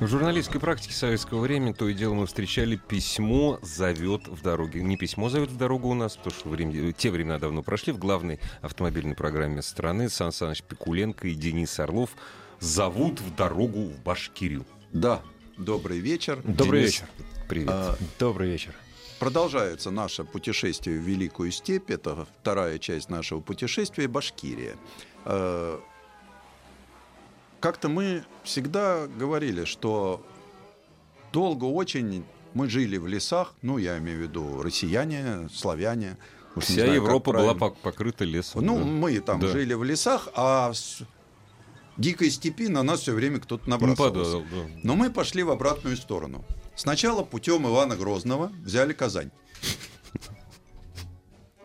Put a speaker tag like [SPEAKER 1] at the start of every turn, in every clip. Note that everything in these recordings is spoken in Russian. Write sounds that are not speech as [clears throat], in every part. [SPEAKER 1] В журналистской практике советского времени то и дело мы встречали письмо зовет в дороге. Не письмо зовет в дорогу у нас, потому что время, те времена давно прошли. В главной автомобильной программе страны Сан Саныч Пикуленко и Денис Орлов зовут в дорогу в Башкирию.
[SPEAKER 2] Да, добрый вечер.
[SPEAKER 1] Добрый
[SPEAKER 2] Денис.
[SPEAKER 1] вечер. Привет.
[SPEAKER 2] А,
[SPEAKER 3] Добрый вечер.
[SPEAKER 2] Продолжается наше путешествие в Великую степь. Это вторая часть нашего путешествия Башкирия. Э, Как-то мы всегда говорили, что долго очень мы жили в лесах, ну, я имею в виду россияне, славяне. уж не
[SPEAKER 1] Вся
[SPEAKER 2] знаю, как
[SPEAKER 1] Европа была
[SPEAKER 2] правильно.
[SPEAKER 1] пок- покрыта лесом.
[SPEAKER 2] Ну,
[SPEAKER 1] да.
[SPEAKER 2] мы там
[SPEAKER 1] Да.
[SPEAKER 2] жили в лесах, а с дикой степи на нас все время кто-то
[SPEAKER 1] Ну,
[SPEAKER 2] набрасывался.
[SPEAKER 1] подал, да.
[SPEAKER 2] Но мы пошли в обратную сторону. Сначала путем Ивана Грозного взяли Казань.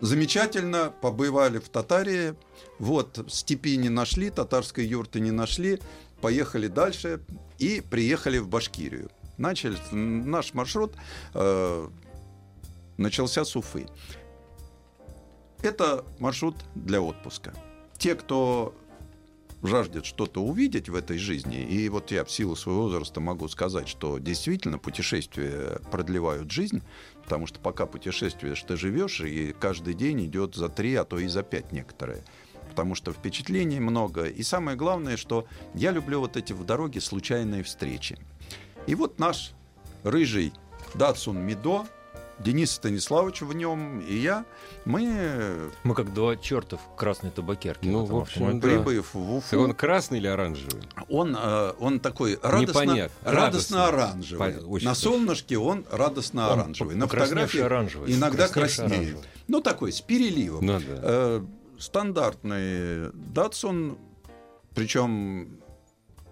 [SPEAKER 2] Замечательно побывали в Татарии. Вот, степи не нашли, татарской юрты не нашли. Поехали дальше и приехали в Башкирию. Начали, наш маршрут э, начался с Уфы. Это маршрут для отпуска. Те, кто жаждет что-то увидеть в этой жизни, и вот я в силу своего возраста могу сказать, что действительно путешествия продлевают жизнь, потому что пока путешествуешь, ты живешь, и каждый день идет за три, а то и за пять некоторые. Потому что впечатлений много. И самое главное, что я люблю вот эти в дороге случайные встречи. И вот наш рыжий Датсун Мидо, Денис Станиславович в нем и я, мы,
[SPEAKER 3] Мы как два черта в красной табакерке.
[SPEAKER 1] Ну,
[SPEAKER 3] в этом
[SPEAKER 1] в общем,
[SPEAKER 3] автомобиле.
[SPEAKER 1] Да.
[SPEAKER 2] прибыв в Уфу...
[SPEAKER 1] Так он красный или оранжевый?
[SPEAKER 2] Он, э, он такой радостно,
[SPEAKER 1] Непонятно. Радостно.
[SPEAKER 2] радостно оранжевый.
[SPEAKER 1] Понятно. Очень
[SPEAKER 2] На
[SPEAKER 1] хорошо.
[SPEAKER 2] солнышке он радостно оранжевый.
[SPEAKER 3] Он
[SPEAKER 2] На
[SPEAKER 3] покрасневший
[SPEAKER 2] фотографии
[SPEAKER 3] оранжевый.
[SPEAKER 2] иногда
[SPEAKER 3] Покрасневший
[SPEAKER 2] краснеет.
[SPEAKER 3] оранжевый.
[SPEAKER 2] Ну такой с переливом.
[SPEAKER 1] Ну, да.
[SPEAKER 2] Э, стандартный Датсон, причем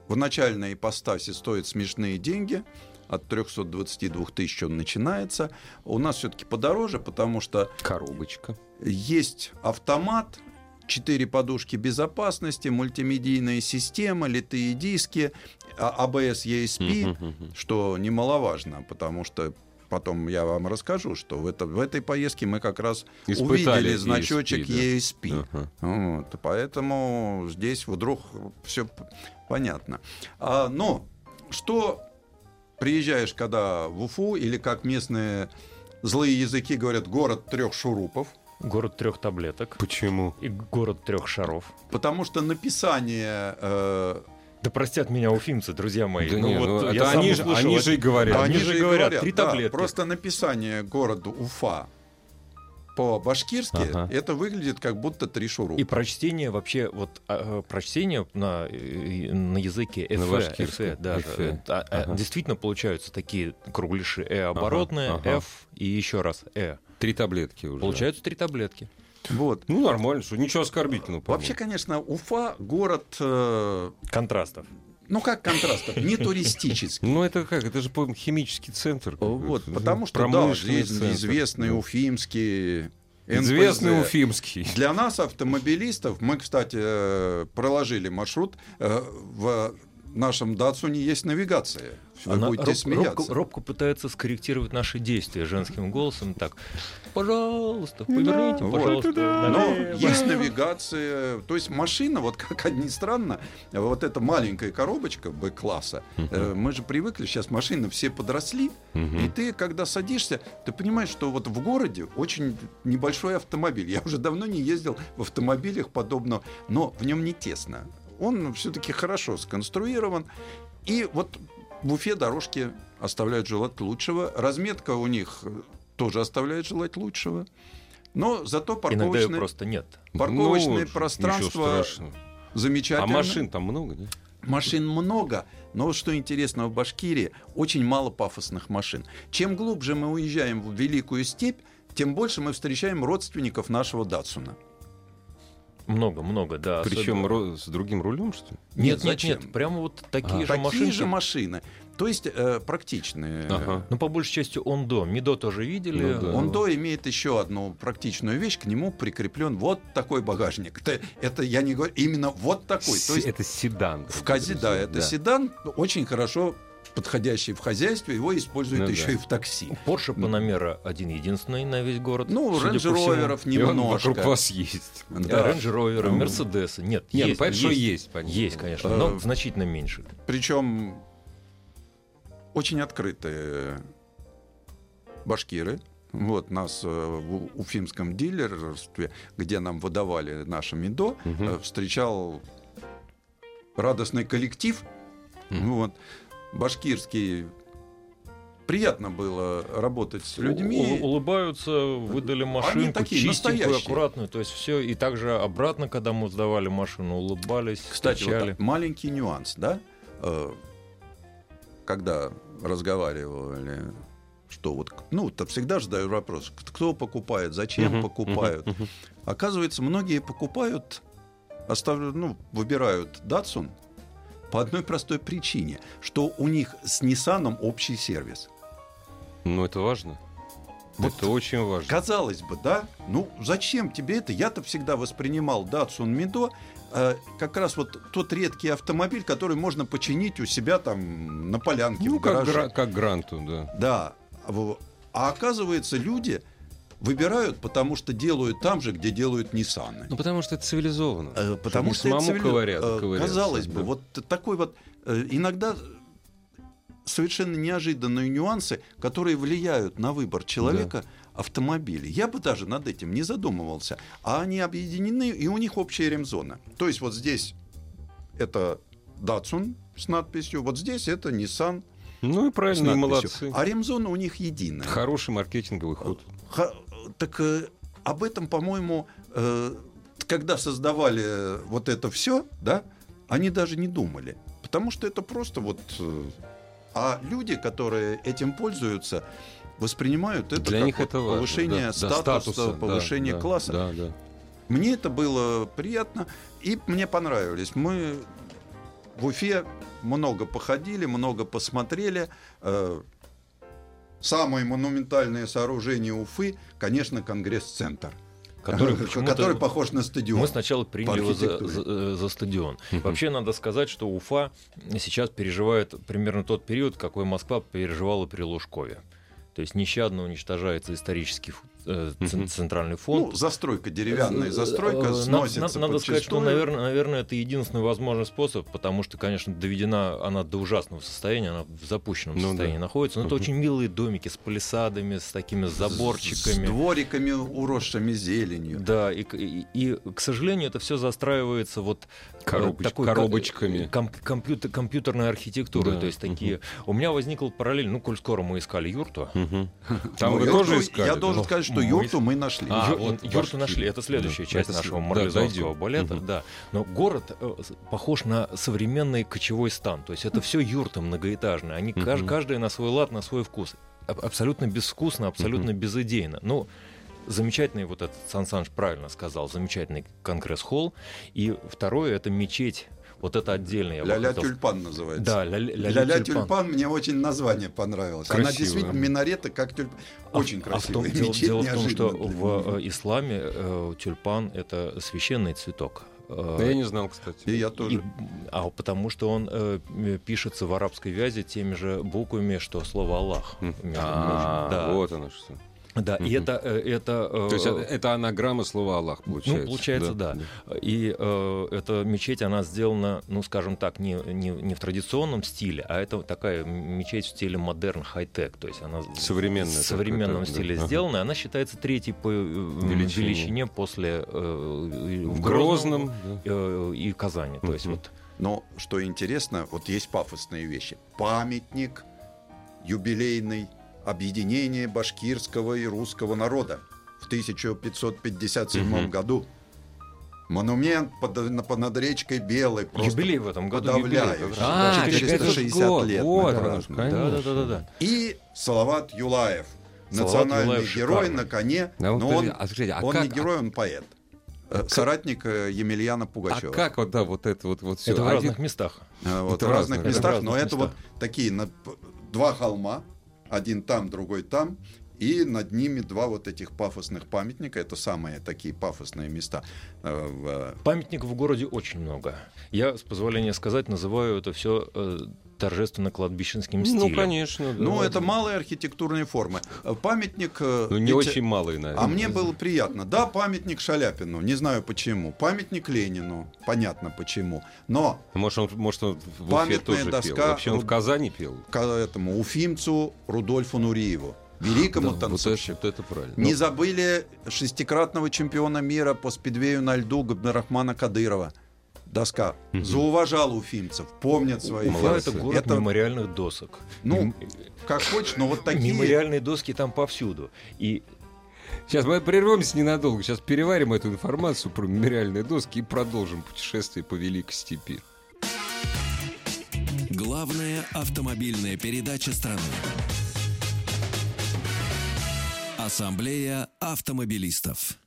[SPEAKER 2] в начальной ипостаси стоит смешные деньги. От 322 тысяч он начинается. У нас все-таки подороже, потому что
[SPEAKER 1] Коробочка.
[SPEAKER 2] есть автомат, четыре подушки безопасности, мультимедийная система, литые диски, а- ABS ESP,
[SPEAKER 1] Мгм, мгм.
[SPEAKER 2] что немаловажно, потому что потом я вам расскажу, что в, это, в этой поездке мы как раз
[SPEAKER 1] Испытали
[SPEAKER 2] увидели
[SPEAKER 1] ESP,
[SPEAKER 2] значочек
[SPEAKER 1] да.
[SPEAKER 2] ESP.
[SPEAKER 1] Ага.
[SPEAKER 2] Вот, поэтому здесь вдруг все понятно. А, но что приезжаешь, когда в Уфу, или как местные злые языки говорят, город трех шурупов,
[SPEAKER 3] Город трех таблеток
[SPEAKER 1] Почему?
[SPEAKER 3] и город трех шаров.
[SPEAKER 2] Потому что написание... э,
[SPEAKER 3] Да простят меня уфимцы, друзья мои.
[SPEAKER 1] Да
[SPEAKER 3] ну,
[SPEAKER 1] не,
[SPEAKER 3] вот
[SPEAKER 1] ну,
[SPEAKER 3] я
[SPEAKER 1] это
[SPEAKER 3] сам
[SPEAKER 1] они же-
[SPEAKER 3] услышал
[SPEAKER 1] они
[SPEAKER 3] это.
[SPEAKER 1] же и говорят.
[SPEAKER 3] Да, они, же и говорят, три
[SPEAKER 2] да,
[SPEAKER 3] таблетки.
[SPEAKER 2] просто написание города Уфа по-башкирски,
[SPEAKER 1] Ага.
[SPEAKER 2] это выглядит как будто три шурупа.
[SPEAKER 3] И прочтение вообще, вот а, а, прочтение на, э, на языке
[SPEAKER 1] На
[SPEAKER 3] эфе,
[SPEAKER 1] башкирском.
[SPEAKER 3] эфе, да,
[SPEAKER 1] Эфе.
[SPEAKER 3] э, та- э,
[SPEAKER 1] Ага.
[SPEAKER 3] действительно получаются такие круглиши э оборотные,
[SPEAKER 1] ага.
[SPEAKER 3] F и еще раз э.
[SPEAKER 1] Три таблетки уже.
[SPEAKER 3] Получаются три таблетки.
[SPEAKER 2] Вот.
[SPEAKER 1] Ну, нормально, что ничего оскорбительного. по-моему.
[SPEAKER 2] Вообще, конечно, Уфа город, э,
[SPEAKER 3] Контрастов.
[SPEAKER 2] ну как контрастов, [laughs] не туристический.
[SPEAKER 1] Ну, это как? Это же, по-моему, химический центр. какой-то.
[SPEAKER 2] Вот,
[SPEAKER 1] Ну,
[SPEAKER 2] потому что, да,
[SPEAKER 1] промышленный
[SPEAKER 2] здесь
[SPEAKER 1] центр. Ну,
[SPEAKER 2] известный
[SPEAKER 1] Да.
[SPEAKER 2] уфимский НПЗ.
[SPEAKER 1] Известный
[SPEAKER 2] [laughs]
[SPEAKER 1] уфимский.
[SPEAKER 2] Для нас, автомобилистов, мы, кстати, э, проложили маршрут. э, В нашем Датсуне есть навигация. Вы
[SPEAKER 3] Она
[SPEAKER 2] будете
[SPEAKER 3] роб-
[SPEAKER 2] смеяться.
[SPEAKER 3] робко, робко пытается скорректировать наши действия женским голосом так. Пожалуйста, поверните,
[SPEAKER 2] Вот.
[SPEAKER 3] пожалуйста.
[SPEAKER 2] Но
[SPEAKER 3] налево».
[SPEAKER 2] Ну, есть навигация. То есть машина, вот как ни странно, вот эта маленькая коробочка Б-класса, э, мы же привыкли, сейчас машины все подросли, и ты, когда садишься, ты понимаешь, что вот в городе очень небольшой автомобиль. Я уже давно не ездил в автомобилях подобного, но в нем не тесно. Он все-таки хорошо сконструирован. И вот в Уфе дорожки оставляют желать лучшего. Разметка у них э, тоже оставляет желать лучшего. Но зато
[SPEAKER 3] Иногда ее
[SPEAKER 2] парковочные,
[SPEAKER 3] просто нет.
[SPEAKER 2] парковочные
[SPEAKER 1] Ну,
[SPEAKER 2] пространства
[SPEAKER 1] ничего страшного.
[SPEAKER 2] замечательно.
[SPEAKER 1] А машин там много, нет?
[SPEAKER 2] Машин много, но вот что интересно, в Башкирии очень мало пафосных машин. Чем глубже мы уезжаем в Великую степь, тем больше мы встречаем родственников нашего Датсуна.
[SPEAKER 3] Много-много, да.
[SPEAKER 1] Причем
[SPEAKER 3] особенно-
[SPEAKER 1] ро- с другим рулем, что ли?
[SPEAKER 3] Нет, нет,
[SPEAKER 2] зачем?
[SPEAKER 3] нет, прямо вот такие
[SPEAKER 1] А,
[SPEAKER 3] же
[SPEAKER 2] Такие
[SPEAKER 3] машины.
[SPEAKER 2] же машины. То есть э, практичные.
[SPEAKER 1] Ага.
[SPEAKER 3] Ну, по большей части он до. Мидо тоже видели.
[SPEAKER 1] Ну да.
[SPEAKER 2] Он до имеет еще одну практичную вещь, к нему прикреплен вот такой багажник. Это, это я не говорю, именно вот такой. То
[SPEAKER 1] Се-
[SPEAKER 2] есть
[SPEAKER 1] Это седан.
[SPEAKER 2] в казе, да, это
[SPEAKER 1] Да.
[SPEAKER 2] седан, очень хорошо подходящий в хозяйстве, его используют
[SPEAKER 1] Ну да.
[SPEAKER 2] еще и в такси.
[SPEAKER 3] Порше Панамера один единственный на весь город.
[SPEAKER 2] Ну,
[SPEAKER 3] судя по
[SPEAKER 2] рейндж
[SPEAKER 3] всему.
[SPEAKER 2] роверов
[SPEAKER 1] И он вокруг
[SPEAKER 2] немножко.
[SPEAKER 1] вас есть.
[SPEAKER 2] Да. Ну.
[SPEAKER 3] Рейндж Ровера, Мерседесы. Нет,
[SPEAKER 1] Нет,
[SPEAKER 3] есть,
[SPEAKER 1] понятно, что есть, понятно.
[SPEAKER 3] Есть, конечно,
[SPEAKER 2] Э,
[SPEAKER 3] но значительно меньше.
[SPEAKER 2] Причем очень открытые башкиры. Вот нас э, в у- уфимском дилерстве, где нам выдавали наше МИДО,
[SPEAKER 1] Мгм.
[SPEAKER 2] э, встречал радостный коллектив.
[SPEAKER 1] Мгм.
[SPEAKER 2] Вот. Башкирский. Приятно было работать с
[SPEAKER 3] У-
[SPEAKER 2] людьми.
[SPEAKER 3] улыбаются, выдали машинку,
[SPEAKER 2] такие,
[SPEAKER 3] чистенькую,
[SPEAKER 2] настоящие.
[SPEAKER 3] аккуратную. То есть все. И также обратно, когда мы сдавали машину, улыбались,
[SPEAKER 2] Кстати, вот
[SPEAKER 3] встречали.
[SPEAKER 2] так, маленький нюанс, да? Э, Когда разговаривали, что вот, ну, то всегда же задаю вопрос, к- кто покупает, зачем
[SPEAKER 1] Мгм,
[SPEAKER 2] покупают.
[SPEAKER 1] мгм, мгм.
[SPEAKER 2] Оказывается, многие покупают, оставляют, ну, выбирают Datsun по одной простой причине, что у них с Nissan общий сервис.
[SPEAKER 1] Ну, это важно.
[SPEAKER 2] Вот
[SPEAKER 1] Это очень важно.
[SPEAKER 2] Казалось бы, да? Ну, зачем тебе это? Я-то всегда воспринимал Datsun Mido э, как раз вот тот редкий автомобиль, который можно починить у себя там на полянке
[SPEAKER 1] Ну,
[SPEAKER 2] в
[SPEAKER 1] как,
[SPEAKER 2] гараже.
[SPEAKER 1] гра- как гранту, да.
[SPEAKER 2] Да. В- А оказывается, люди выбирают, потому что делают там же, где делают Ниссаны.
[SPEAKER 1] Ну, потому что это цивилизованно.
[SPEAKER 2] Э, Потому
[SPEAKER 1] не
[SPEAKER 2] что это
[SPEAKER 1] самому
[SPEAKER 2] цивили-
[SPEAKER 1] ковыря-
[SPEAKER 2] э,
[SPEAKER 1] ковыряться,
[SPEAKER 2] казалось бы,
[SPEAKER 1] да.
[SPEAKER 2] вот такой вот э, иногда совершенно неожиданные нюансы, которые влияют на выбор человека автомобиля. Я бы даже над этим не задумывался. А они объединены, и у них общая ремзона. То есть вот здесь это Datsun с надписью, вот здесь это Nissan
[SPEAKER 1] Ну и
[SPEAKER 2] с
[SPEAKER 1] правильно, и
[SPEAKER 2] надписью.
[SPEAKER 1] молодцы.
[SPEAKER 2] А ремзона у них единая.
[SPEAKER 1] Хороший маркетинговый ход.
[SPEAKER 2] Ха- так э, об этом, по-моему, э, когда создавали э, вот это все, да, они даже не думали. Потому что это просто вот... э, а люди, которые этим пользуются, воспринимают это
[SPEAKER 1] Для
[SPEAKER 2] как
[SPEAKER 1] них
[SPEAKER 2] вот
[SPEAKER 1] это важно.
[SPEAKER 2] повышение
[SPEAKER 1] да. Да,
[SPEAKER 2] статуса,
[SPEAKER 1] да,
[SPEAKER 2] повышение
[SPEAKER 1] да,
[SPEAKER 2] класса.
[SPEAKER 1] Да, да.
[SPEAKER 2] Мне это было приятно, и мне понравились. Мы в Уфе много походили, много посмотрели. Э, Самое монументальное сооружение Уфы, конечно, Конгресс-центр,
[SPEAKER 3] Который
[SPEAKER 2] [laughs]
[SPEAKER 3] почему-то-
[SPEAKER 2] который похож на стадион.
[SPEAKER 3] Мы сначала приняли его за,
[SPEAKER 2] архитектуре.
[SPEAKER 3] за- э, за стадион.
[SPEAKER 1] Мгм.
[SPEAKER 3] Вообще надо сказать, что Уфа сейчас переживает примерно тот период, какой Москва переживала при Лужкове. То есть нещадно уничтожается исторический фу- э, цен-
[SPEAKER 1] Мгм.
[SPEAKER 3] центральный фонд.
[SPEAKER 2] Ну, застройка, деревянная
[SPEAKER 3] Э,
[SPEAKER 2] застройка
[SPEAKER 3] э,
[SPEAKER 2] сносится
[SPEAKER 3] на- на- Надо сказать, что,
[SPEAKER 2] подчистую.
[SPEAKER 3] наверное, наверное, это единственный возможный способ, потому что, конечно, доведена она до ужасного состояния, она в запущенном
[SPEAKER 1] Ну да.
[SPEAKER 3] состоянии находится. Но это
[SPEAKER 1] Мгм.
[SPEAKER 3] очень милые домики с палисадами, с такими
[SPEAKER 2] С
[SPEAKER 3] заборчиками.
[SPEAKER 2] двориками, уросшими зеленью.
[SPEAKER 3] Да, и, к- и- и, к сожалению, это все застраивается вот э,
[SPEAKER 1] Коробоч-
[SPEAKER 3] такой ко-
[SPEAKER 1] коробочками.
[SPEAKER 3] комп- компьютер- компьютерной архитектурой.
[SPEAKER 1] Да,
[SPEAKER 3] То есть такие. У меня возникла параллель. Ну, коль скоро мы искали юрту.
[SPEAKER 1] Мгм. [laughs] Там
[SPEAKER 2] Ну,
[SPEAKER 1] вы
[SPEAKER 2] юрту-
[SPEAKER 1] тоже искали?
[SPEAKER 2] Я должен
[SPEAKER 3] Ну,
[SPEAKER 2] сказать, что
[SPEAKER 3] мы-
[SPEAKER 2] юрту мы нашли.
[SPEAKER 1] А,
[SPEAKER 3] Ю-
[SPEAKER 1] вот
[SPEAKER 3] юрту
[SPEAKER 1] башки.
[SPEAKER 3] нашли. Это следующая
[SPEAKER 1] Да,
[SPEAKER 3] часть
[SPEAKER 1] это
[SPEAKER 3] нашего
[SPEAKER 1] след- да,
[SPEAKER 3] марлезонского
[SPEAKER 1] дойдем.
[SPEAKER 3] балета,
[SPEAKER 1] Мгм.
[SPEAKER 3] да. Но город э, с- похож на современный кочевой стан. То есть это все юрты многоэтажные. Они каж-
[SPEAKER 1] Мгм.
[SPEAKER 3] каждая на свой лад, на свой вкус. Аб- Абсолютно безвкусно, абсолютно безыдейно. Ну, замечательный вот этот Сан Саныч правильно сказал, замечательный конгресс-холл. И второе это мечеть. Вот это отдельно я бы
[SPEAKER 2] Ля-ля
[SPEAKER 3] хотел-
[SPEAKER 2] тюльпан называется.
[SPEAKER 3] Да, ля-ля
[SPEAKER 2] Ля-ля
[SPEAKER 3] тюльпан.
[SPEAKER 2] тюльпан, мне очень название понравилось. Она
[SPEAKER 1] Красиво.
[SPEAKER 2] действительно минарета, как тюльпан.
[SPEAKER 3] А-
[SPEAKER 2] Очень
[SPEAKER 3] а в
[SPEAKER 2] красивая
[SPEAKER 3] том- дело,
[SPEAKER 2] мечеть,
[SPEAKER 3] дело в том, что
[SPEAKER 2] неожиданно для
[SPEAKER 3] в
[SPEAKER 2] меня.
[SPEAKER 3] э, исламе э, тюльпан это священный цветок. Э,
[SPEAKER 1] Да я не знал, кстати.
[SPEAKER 2] И я
[SPEAKER 3] и-
[SPEAKER 2] тоже.
[SPEAKER 3] а потому что он э, м, пишется в арабской вязи теми же буквами, что слово Аллах.
[SPEAKER 1] М.
[SPEAKER 3] между прочим.
[SPEAKER 1] Хм. А,
[SPEAKER 3] да,
[SPEAKER 1] вот оно что.
[SPEAKER 3] да. И
[SPEAKER 1] Мгм.
[SPEAKER 3] это, э, это, э,
[SPEAKER 1] То есть это- это анаграмма слова Аллах получается.
[SPEAKER 3] ну, получается, да. И э, эта мечеть, она сделана, ну, скажем так, не, не, не в традиционном стиле, а это такая мечеть в стиле модерн, хай-тек. То есть она
[SPEAKER 1] Современная
[SPEAKER 3] в
[SPEAKER 1] такая,
[SPEAKER 3] современном
[SPEAKER 1] да,
[SPEAKER 3] стиле
[SPEAKER 1] ага.
[SPEAKER 3] сделана. Она считается третьей по э, величине,
[SPEAKER 1] Величине.
[SPEAKER 3] после э,
[SPEAKER 1] В Грозном. да.
[SPEAKER 3] э, и Казани. То есть
[SPEAKER 1] Мгм.
[SPEAKER 3] вот
[SPEAKER 2] Но что интересно, вот есть пафосные вещи. Памятник юбилейный объединение башкирского и русского народа в 1557
[SPEAKER 1] Мгм.
[SPEAKER 2] году. Монумент под, на- под- над речкой Белой. просто
[SPEAKER 3] юбилей в этом году.
[SPEAKER 2] подавляет.
[SPEAKER 3] юбилей, да.
[SPEAKER 2] А,
[SPEAKER 1] так это же
[SPEAKER 2] 460
[SPEAKER 1] год,
[SPEAKER 2] лет мы
[SPEAKER 1] Вот, оно,
[SPEAKER 2] празднуем.
[SPEAKER 1] конечно.
[SPEAKER 3] да, да, да, да.
[SPEAKER 2] И Салават Юлаев.
[SPEAKER 3] Салават
[SPEAKER 2] национальный
[SPEAKER 3] Юлаев
[SPEAKER 2] герой
[SPEAKER 3] шикарный.
[SPEAKER 2] на коне.
[SPEAKER 1] Да, вот
[SPEAKER 2] но
[SPEAKER 1] подожди,
[SPEAKER 2] он,
[SPEAKER 1] а скажите, а
[SPEAKER 2] он не
[SPEAKER 1] как-
[SPEAKER 2] герой, он поэт. Э, Соратник э, Емельяна
[SPEAKER 1] А
[SPEAKER 2] Пугачева.
[SPEAKER 1] как вот, да, вот это вот, А вот все?
[SPEAKER 3] Это в разных местах.
[SPEAKER 2] Э, Вот
[SPEAKER 1] Это
[SPEAKER 2] в разных
[SPEAKER 1] разное, да?
[SPEAKER 2] местах,
[SPEAKER 3] Это в
[SPEAKER 2] но
[SPEAKER 3] разных
[SPEAKER 2] это
[SPEAKER 3] местах.
[SPEAKER 2] вот такие на п- два холма, один там, другой там, и над ними два вот этих пафосных памятника. Это самые такие пафосные места. Э, в-
[SPEAKER 3] Памятников в городе очень много. Я, с позволения сказать, называю это все торжественно кладбищенским стилем.
[SPEAKER 1] Ну, конечно. да.
[SPEAKER 2] Ну, это малые архитектурные формы. Э, Памятник... э,
[SPEAKER 1] Ну, не
[SPEAKER 2] Пете-
[SPEAKER 1] очень малые, наверное.
[SPEAKER 2] А мне было приятно. Да, памятник Шаляпину, не знаю почему. Памятник Ленину, понятно почему. Но
[SPEAKER 1] Может, он, может, он в Уфе
[SPEAKER 2] Памятная
[SPEAKER 1] тоже пел.
[SPEAKER 2] доска.
[SPEAKER 1] Вообще, он в Казани пел.
[SPEAKER 2] к этому уфимцу Рудольфу Нуриеву,
[SPEAKER 1] [laughs] Да,
[SPEAKER 2] великому
[SPEAKER 1] вот, это,
[SPEAKER 2] танцовщику.
[SPEAKER 1] вот это правильно.
[SPEAKER 2] Не забыли шестикратного чемпиона мира по спидвею на льду Габнарахмана Кадырова. Доска. Зауважал уфимцев, помнят свои
[SPEAKER 3] Уфа —
[SPEAKER 2] фразы.
[SPEAKER 3] это город мемориальных досок.
[SPEAKER 2] Ну, как хочешь, но вот такие...
[SPEAKER 3] Мемориальные доски там повсюду. И
[SPEAKER 1] Сейчас мы прервемся ненадолго. Сейчас переварим эту информацию про мемориальные доски и продолжим путешествие по Великой Степи.
[SPEAKER 4] Главная автомобильная передача страны. Ассамблея автомобилистов.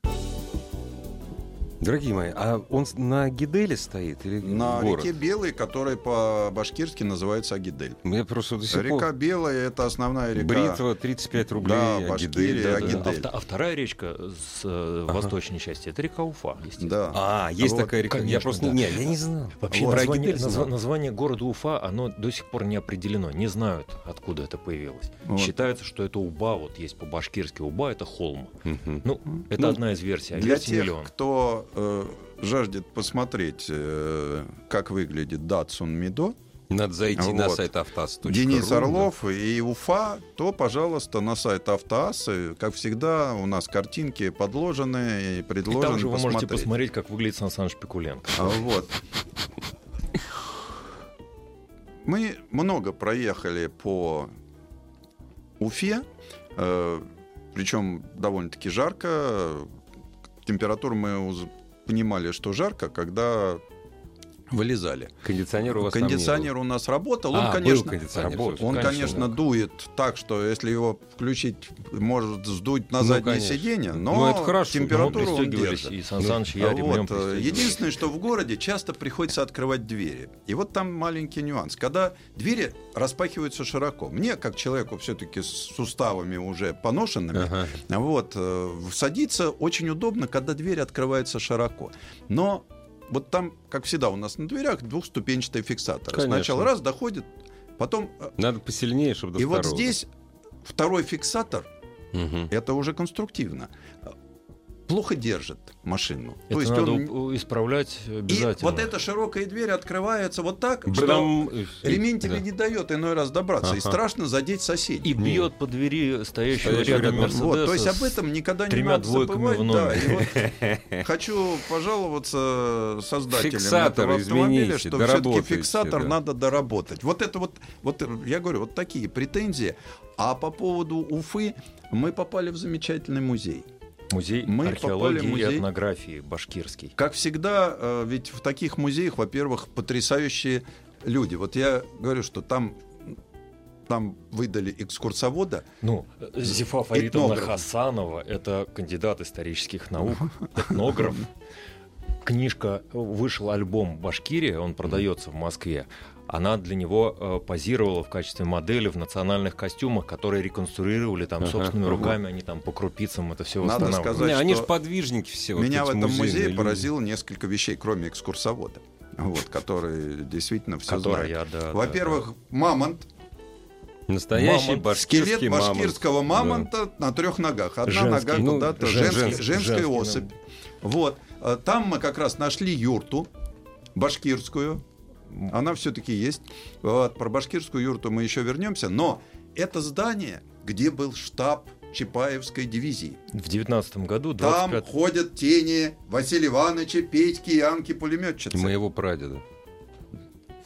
[SPEAKER 1] Дорогие мои, а он с- на Гиделе стоит или
[SPEAKER 2] На
[SPEAKER 1] город?
[SPEAKER 2] реке Белой, которая по-башкирски называется Агидель.
[SPEAKER 1] У меня просто до сих
[SPEAKER 2] Река
[SPEAKER 1] пор...
[SPEAKER 2] Белая — это основная река.
[SPEAKER 1] Бритва 35 рублей,
[SPEAKER 2] Да,
[SPEAKER 1] Агидель,
[SPEAKER 2] Башкирия,
[SPEAKER 1] да, да.
[SPEAKER 2] Агидель.
[SPEAKER 3] а, вта- а вторая речка с э, восточной части — это река Уфа, естественно.
[SPEAKER 2] Да.
[SPEAKER 1] А, есть
[SPEAKER 2] Вот,
[SPEAKER 1] такая река. я
[SPEAKER 3] конечно,
[SPEAKER 1] просто
[SPEAKER 3] да.
[SPEAKER 1] не, я не знал.
[SPEAKER 3] Вообще
[SPEAKER 1] Вот. Про
[SPEAKER 3] название,
[SPEAKER 1] Агидель
[SPEAKER 3] назва-
[SPEAKER 1] знал.
[SPEAKER 3] название города Уфа, оно до сих пор не определено. Не знают, откуда это появилось.
[SPEAKER 2] Вот.
[SPEAKER 3] Считается, что это Уба, вот есть по-башкирски Уба, это холм.
[SPEAKER 1] Мгм.
[SPEAKER 3] Ну, это
[SPEAKER 2] Ну,
[SPEAKER 3] одна из версий, а
[SPEAKER 2] Для
[SPEAKER 3] версий
[SPEAKER 2] тех,
[SPEAKER 3] миллион.
[SPEAKER 2] кто э, жаждет посмотреть, э, как выглядит Датсун Мидо,
[SPEAKER 1] Надо зайти на
[SPEAKER 2] Вот.
[SPEAKER 1] сайт автоаз.ру.
[SPEAKER 2] Денис
[SPEAKER 1] да.
[SPEAKER 2] Орлов и Уфа, то, пожалуйста, на сайт Автоас. И, Как всегда, у нас картинки подложены и
[SPEAKER 3] И
[SPEAKER 2] предложены
[SPEAKER 3] там же вы можете
[SPEAKER 2] посмотреть.
[SPEAKER 3] посмотреть, как выглядит Сан Саныч Пикуленко.
[SPEAKER 2] А, Вот. Мы много проехали по Уфе, э, причем довольно-таки жарко. Температуру мы уз- понимали, что жарко, когда вылезали.
[SPEAKER 1] Кондиционер у вас там не
[SPEAKER 2] Кондиционер у нас работал,
[SPEAKER 1] было.
[SPEAKER 2] он,
[SPEAKER 1] А, был
[SPEAKER 2] конечно,
[SPEAKER 1] кондиционер,
[SPEAKER 3] работал.
[SPEAKER 1] всё,
[SPEAKER 2] он,
[SPEAKER 3] Конечно,
[SPEAKER 2] конечно, дует так, что если его включить, может сдуть на
[SPEAKER 1] Ну,
[SPEAKER 2] заднее
[SPEAKER 1] конечно.
[SPEAKER 2] сиденье,
[SPEAKER 1] Ну,
[SPEAKER 2] но
[SPEAKER 1] это хорошо.
[SPEAKER 2] температуру
[SPEAKER 3] Ну,
[SPEAKER 2] он
[SPEAKER 3] пристегивались,
[SPEAKER 2] держит.
[SPEAKER 3] И Сан Саныч, и
[SPEAKER 2] А
[SPEAKER 3] я
[SPEAKER 2] вот,
[SPEAKER 3] ремнем
[SPEAKER 2] э, единственное, что в городе часто приходится открывать двери. И вот там маленький нюанс. Когда двери распахиваются широко, мне, как человеку все-таки с суставами уже поношенными,
[SPEAKER 1] Ага.
[SPEAKER 2] вот, э, садиться очень удобно, когда дверь открывается широко. Но вот там, как всегда, у нас на дверях двухступенчатый фиксатор.
[SPEAKER 1] Конечно.
[SPEAKER 2] Сначала раз доходит, потом... э,
[SPEAKER 1] Надо посильнее, чтобы до
[SPEAKER 2] И вот
[SPEAKER 1] второго.
[SPEAKER 2] здесь второй фиксатор,
[SPEAKER 1] Мгм.
[SPEAKER 2] это уже конструктивно, э, плохо держит машину.
[SPEAKER 3] Это надо у- исправлять
[SPEAKER 2] И
[SPEAKER 3] обязательно.
[SPEAKER 2] вот эта широкая дверь открывается вот так, что
[SPEAKER 1] Бадам.
[SPEAKER 2] ремень тебе
[SPEAKER 1] Да.
[SPEAKER 2] не дает иной раз добраться, и
[SPEAKER 1] Ага.
[SPEAKER 2] страшно задеть соседей.
[SPEAKER 3] И бьет по двери стоящего
[SPEAKER 1] Стоящего
[SPEAKER 3] рядом
[SPEAKER 1] рядом.
[SPEAKER 3] Мерседеса.
[SPEAKER 2] Вот, то есть об
[SPEAKER 3] с-
[SPEAKER 2] этом никогда не
[SPEAKER 3] тремя
[SPEAKER 2] надо
[SPEAKER 3] двойками
[SPEAKER 2] забывать.
[SPEAKER 3] в
[SPEAKER 2] да,
[SPEAKER 3] номере.
[SPEAKER 2] и вот хочу пожаловаться создателям
[SPEAKER 1] Фиксатор,
[SPEAKER 2] этого автомобиля,
[SPEAKER 1] извините,
[SPEAKER 2] что все-таки
[SPEAKER 1] доработайте,
[SPEAKER 2] фиксатор
[SPEAKER 1] да.
[SPEAKER 2] надо доработать. Вот это вот, вот я говорю, вот такие претензии. А по поводу Уфы мы попали в замечательный музей.
[SPEAKER 3] Музей
[SPEAKER 2] Мы
[SPEAKER 3] археологии
[SPEAKER 2] попали в
[SPEAKER 3] и
[SPEAKER 2] музей.
[SPEAKER 3] этнографии башкирский.
[SPEAKER 2] Как всегда, э, ведь в таких музеях, во-первых, потрясающие люди. Вот я говорю, что там там выдали экскурсовода.
[SPEAKER 3] Ну, Зифа Фаритовна
[SPEAKER 2] Этнограф.
[SPEAKER 3] Хасанова – это кандидат исторических наук, этнограф. Книжка, вышел альбом «Башкирия», он продается в Москве. Она для него э, позировала в качестве модели в национальных костюмах, которые реконструировали там
[SPEAKER 1] Ага.
[SPEAKER 3] собственными руками, они там по крупицам это все
[SPEAKER 2] Надо
[SPEAKER 3] восстанавливали.
[SPEAKER 2] сказать,
[SPEAKER 1] Не, они же
[SPEAKER 2] что
[SPEAKER 1] подвижники все. вот
[SPEAKER 2] Меня в
[SPEAKER 1] эти
[SPEAKER 2] этом
[SPEAKER 1] музейные
[SPEAKER 2] музее
[SPEAKER 1] люди.
[SPEAKER 2] поразило несколько вещей, кроме экскурсовода, вот, который действительно все
[SPEAKER 3] Которые,
[SPEAKER 2] знает.
[SPEAKER 3] да, да,
[SPEAKER 2] Во-первых, мамонт,
[SPEAKER 1] Настоящий
[SPEAKER 3] Мамонт.
[SPEAKER 1] башкирский
[SPEAKER 2] скелет
[SPEAKER 1] мамонт.
[SPEAKER 2] башкирского
[SPEAKER 1] Да.
[SPEAKER 2] мамонта на трех ногах. Одна
[SPEAKER 3] Женский.
[SPEAKER 2] нога
[SPEAKER 1] Ну,
[SPEAKER 2] куда-то,
[SPEAKER 1] жен-
[SPEAKER 2] женский-
[SPEAKER 1] женский,
[SPEAKER 2] женская
[SPEAKER 3] женский,
[SPEAKER 2] особь. Вот. А, Там мы как раз нашли юрту башкирскую. Она все-таки есть. Вот. Про башкирскую юрту мы еще вернемся. Но это здание, где был штаб Чапаевской дивизии.
[SPEAKER 3] да. В девятнадцатом году
[SPEAKER 2] Там
[SPEAKER 3] 25
[SPEAKER 2] ходят тени Василия Ивановича, Петьки и Анки пулеметчицы.
[SPEAKER 1] Моего прадеда.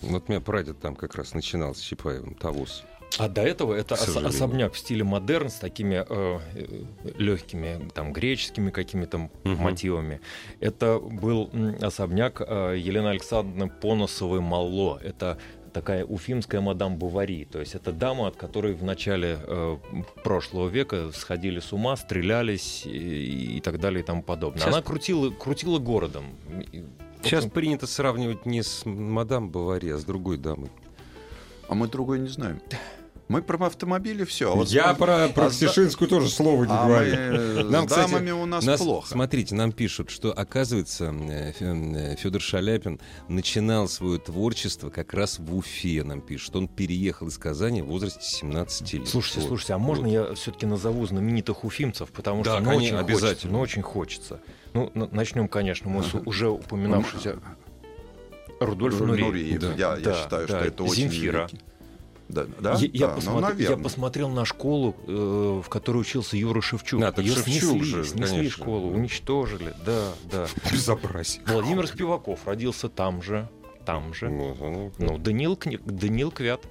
[SPEAKER 1] Вот у меня прадед там как раз начинал с Чапаевым, Тавус.
[SPEAKER 3] А до этого это
[SPEAKER 1] К
[SPEAKER 3] ос-
[SPEAKER 1] сожалению.
[SPEAKER 3] особняк в стиле модерн с такими легкими там греческими какими-то м-
[SPEAKER 1] Мгм.
[SPEAKER 3] мотивами. Это был м, особняк э, Елены Александровны Поносовой Мало. Это такая уфимская мадам Бавари. То есть это дама, от которой в начале э, прошлого века сходили с ума, стрелялись и, и так далее и тому подобное.
[SPEAKER 1] Сейчас-
[SPEAKER 3] Она крутила, крутила городом. И, в
[SPEAKER 1] Сейчас
[SPEAKER 3] общем,
[SPEAKER 1] принято сравнивать не с мадам Бавария, а с другой дамой.
[SPEAKER 2] А мы другой не знаем. Мы про автомобили все. А вот
[SPEAKER 1] Я
[SPEAKER 2] с-
[SPEAKER 1] про, про
[SPEAKER 2] а с да-
[SPEAKER 1] Ктишинскую тоже слова не
[SPEAKER 2] а мы,
[SPEAKER 1] говорю.
[SPEAKER 2] э,
[SPEAKER 1] Нам,
[SPEAKER 2] с
[SPEAKER 1] кстати,
[SPEAKER 2] дамами у нас,
[SPEAKER 1] Нас-
[SPEAKER 2] плохо.
[SPEAKER 1] Смотрите, нам пишут, что, оказывается, э, Федор Шаляпин начинал свое творчество как раз в Уфе, нам пишут. Он переехал из Казани в возрасте 17 лет.
[SPEAKER 3] Слушайте,
[SPEAKER 1] Вот.
[SPEAKER 3] слушайте, а можно я все-таки назову знаменитых уфимцев, потому
[SPEAKER 1] Да,
[SPEAKER 3] что ну,
[SPEAKER 1] конечно,
[SPEAKER 3] очень
[SPEAKER 1] обязательно.
[SPEAKER 3] Хочется, ну, очень хочется. Ну, на- начнем, конечно, мы с уже упоминавшегося Рудольфа
[SPEAKER 2] Нури-
[SPEAKER 3] Нури.
[SPEAKER 2] Нуриев.
[SPEAKER 1] Да.
[SPEAKER 2] Я, я
[SPEAKER 3] Да,
[SPEAKER 2] считаю,
[SPEAKER 3] да.
[SPEAKER 2] что это очень
[SPEAKER 3] Земфира.
[SPEAKER 2] великий. Да, да?
[SPEAKER 3] Я,
[SPEAKER 2] Да,
[SPEAKER 3] я
[SPEAKER 2] ну,
[SPEAKER 3] посмотр- я
[SPEAKER 2] наверное.
[SPEAKER 3] посмотрел на школу, э, в которой учился Юра Шевчук.
[SPEAKER 1] А, так
[SPEAKER 3] Её
[SPEAKER 1] Шевчук
[SPEAKER 3] снесли,
[SPEAKER 1] же,
[SPEAKER 3] снесли
[SPEAKER 1] конечно.
[SPEAKER 3] школу, уничтожили. Да, да.
[SPEAKER 2] [laughs]
[SPEAKER 1] Безобразие.
[SPEAKER 3] Владимир Спиваков родился там же, там же.
[SPEAKER 1] Вот, оно.
[SPEAKER 3] Ну, Данил, Кни- Данил Квят.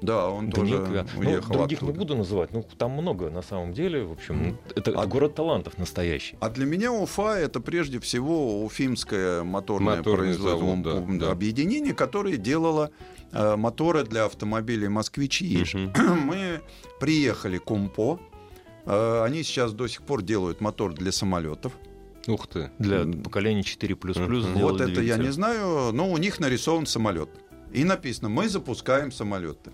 [SPEAKER 2] Да, он
[SPEAKER 3] Данил
[SPEAKER 2] тоже
[SPEAKER 3] Квят. Ну,
[SPEAKER 2] уехал
[SPEAKER 3] других
[SPEAKER 2] оттуда.
[SPEAKER 3] не буду называть, ну, там много на самом деле. В общем,
[SPEAKER 1] Мгм.
[SPEAKER 3] это, это
[SPEAKER 2] А-
[SPEAKER 3] город талантов настоящий.
[SPEAKER 2] А для меня Уфа это прежде всего уфимское моторное
[SPEAKER 1] Моторный
[SPEAKER 2] производство,
[SPEAKER 1] завод, да,
[SPEAKER 2] м,
[SPEAKER 1] да.
[SPEAKER 2] объединение, которое делало э, моторы для автомобилей москвичи. и Иж.
[SPEAKER 1] Мгм.
[SPEAKER 2] [clears throat] Мы приехали к Умпо. Э, Они сейчас до сих пор делают мотор для самолетов.
[SPEAKER 1] ну, Ух ты.
[SPEAKER 3] Для
[SPEAKER 2] М.
[SPEAKER 3] поколения 4++ плюс
[SPEAKER 1] Вот
[SPEAKER 2] вот это я не знаю, но у них нарисован самолет. И написано, мы запускаем самолеты.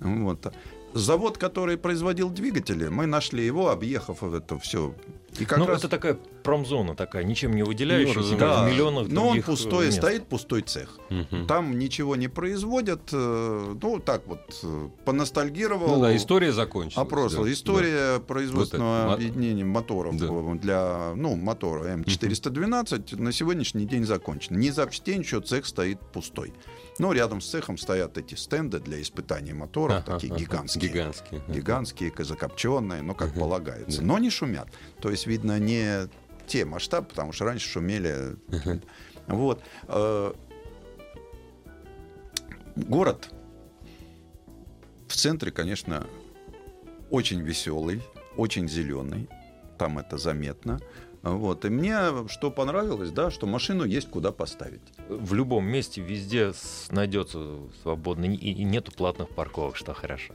[SPEAKER 2] Вот. Завод, который производил двигатели, мы нашли его, объехав это все. И как
[SPEAKER 3] ну,
[SPEAKER 2] раз
[SPEAKER 3] это такая промзона такая, ничем не выделяющая
[SPEAKER 1] Ну,
[SPEAKER 3] себя
[SPEAKER 1] да.
[SPEAKER 3] в миллионах
[SPEAKER 2] Но он
[SPEAKER 3] других, э,
[SPEAKER 2] пустой,
[SPEAKER 3] мест.
[SPEAKER 2] стоит пустой цех.
[SPEAKER 1] Мгм.
[SPEAKER 2] Там ничего не производят. э, Ну, так вот, э, поностальгировал.
[SPEAKER 1] Ну да, история закончилась.
[SPEAKER 2] о прошлом.
[SPEAKER 1] да.
[SPEAKER 2] История производственного
[SPEAKER 1] Вот это, мо-
[SPEAKER 2] объединения моторов
[SPEAKER 1] Да.
[SPEAKER 2] э, для, ну, мотора М412 на сегодняшний день закончен. Ни запчастей, ничего, цех стоит пустой. Но рядом с цехом стоят эти стенды для испытаний моторов,
[SPEAKER 1] Ага,
[SPEAKER 2] такие
[SPEAKER 1] ага.
[SPEAKER 2] гигантские.
[SPEAKER 1] Гигантские. ага.
[SPEAKER 2] Гигантские, закопченные, ну, как полагается.
[SPEAKER 1] Да.
[SPEAKER 2] Но не шумят. То есть, видно, не те масштабы, потому что раньше шумели
[SPEAKER 1] Ага.
[SPEAKER 2] вот. э, Город в центре, конечно, очень веселый, очень зеленый. Там это заметно. Вот. И мне что понравилось, да, что машину есть куда поставить.
[SPEAKER 3] В любом месте, везде с- найдется свободно. И, и нету платных парковок, что хорошо.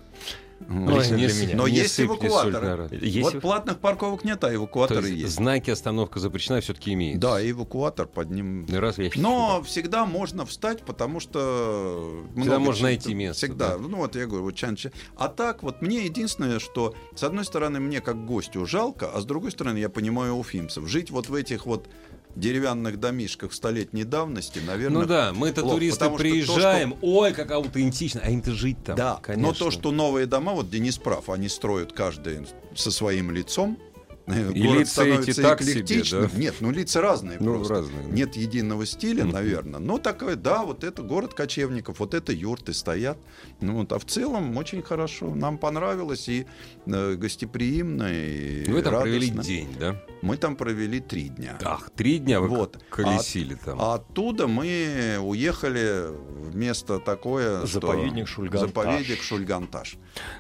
[SPEAKER 1] Ой,
[SPEAKER 3] Лично
[SPEAKER 1] не
[SPEAKER 3] для
[SPEAKER 1] с-
[SPEAKER 3] меня.
[SPEAKER 2] Но
[SPEAKER 1] не
[SPEAKER 2] есть
[SPEAKER 1] сыпь ли соль
[SPEAKER 2] эвакуаторы.
[SPEAKER 1] на раны.
[SPEAKER 3] Есть
[SPEAKER 2] вот
[SPEAKER 3] вы-
[SPEAKER 2] платных парковок нет, а
[SPEAKER 1] То
[SPEAKER 2] эвакуаторы
[SPEAKER 1] есть
[SPEAKER 2] есть.
[SPEAKER 1] знаки остановка запрещена все-таки имеется.
[SPEAKER 2] Да, и эвакуатор под ним.
[SPEAKER 1] И Раз я
[SPEAKER 2] Но всегда можно встать, потому что...
[SPEAKER 1] Всегда
[SPEAKER 2] много
[SPEAKER 1] можно
[SPEAKER 2] чего-
[SPEAKER 1] найти место, да.
[SPEAKER 2] Всегда. Ну вот я говорю, вот чанчи. А так вот мне единственное, что с одной стороны мне как гостю жалко, а с другой стороны я понимаю уфимцев. Жить вот в этих вот деревянных домишках столетней давности, наверное...
[SPEAKER 1] Ну да, мы-то
[SPEAKER 2] плохо,
[SPEAKER 1] туристы
[SPEAKER 2] потому что то,
[SPEAKER 1] приезжаем, ой, как аутентично, а им-то жить там.
[SPEAKER 2] да,
[SPEAKER 1] конечно.
[SPEAKER 2] но то, что новые дома, вот Денис прав, они строят каждый со своим лицом. Город
[SPEAKER 1] лица эти
[SPEAKER 2] становится
[SPEAKER 1] так себе,
[SPEAKER 2] эклектичным.
[SPEAKER 1] да?
[SPEAKER 2] Нет, ну лица разные
[SPEAKER 1] Ну,
[SPEAKER 2] просто.
[SPEAKER 1] разные, да.
[SPEAKER 2] Нет единого стиля,
[SPEAKER 1] Мгм.
[SPEAKER 2] наверное. Но такое, да, вот это город кочевников, вот это юрты стоят. Ну вот, а в целом очень хорошо. Нам понравилось и э, гостеприимно, и
[SPEAKER 1] Вы там провели
[SPEAKER 2] радостно.
[SPEAKER 1] день, да?
[SPEAKER 2] Мы там провели три дня.
[SPEAKER 1] Ах, три дня вы
[SPEAKER 2] Вот.
[SPEAKER 1] к- колесили там.
[SPEAKER 2] А оттуда мы уехали в место такое, что-
[SPEAKER 3] Заповедник Шульганташ.
[SPEAKER 2] Заповедник Шульганташ.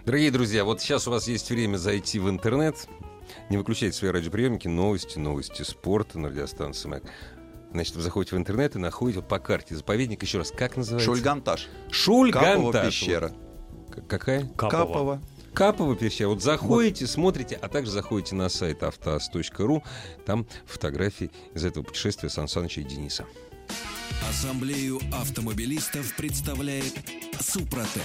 [SPEAKER 1] Дорогие друзья, вот сейчас у вас есть время зайти в интернет. Не выключайте свои радиоприемники. Новости, новости спорта на радиостанции «Маяк». Значит, вы заходите в интернет и находите по карте заповедник. Еще раз, как называется?
[SPEAKER 2] Шульганташ. Капова
[SPEAKER 1] Шульганташ.
[SPEAKER 2] пещера.
[SPEAKER 1] К- Какая?
[SPEAKER 2] Капова.
[SPEAKER 1] Капова пещера. Вот заходите, смотрите, а также заходите на сайт автоаз.ру. Там фотографии из этого путешествия Сан Саныча и Дениса.
[SPEAKER 4] Ассамблею автомобилистов представляет Супротек.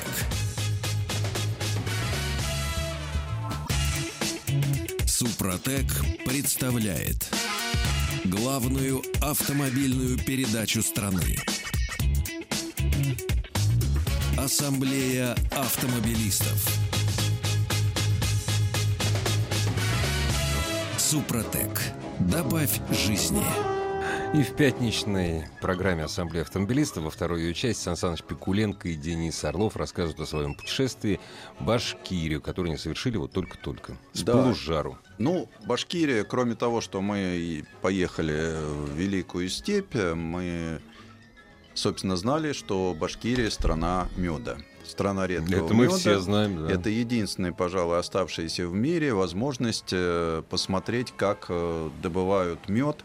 [SPEAKER 4] Супротек представляет главную автомобильную передачу страны. Ассамблея автомобилистов. Супротек. Добавь жизни.
[SPEAKER 1] И в пятничной программе Ассамблеи автомобилистов во второй ее части Сан Саныч Пикуленко и Денис Орлов рассказывают о своем путешествии в Башкирию, которое они совершили вот только-только. С
[SPEAKER 2] Да.
[SPEAKER 1] пылу с жару.
[SPEAKER 2] Ну, Башкирия, кроме того, что мы и поехали в Великую степь, мы, собственно, знали, что Башкирия страна меда. Страна редкого
[SPEAKER 1] Это мы
[SPEAKER 2] мёда.
[SPEAKER 1] все знаем, да.
[SPEAKER 2] Это единственная, пожалуй, оставшаяся в мире возможность э, посмотреть, как э, добывают мед.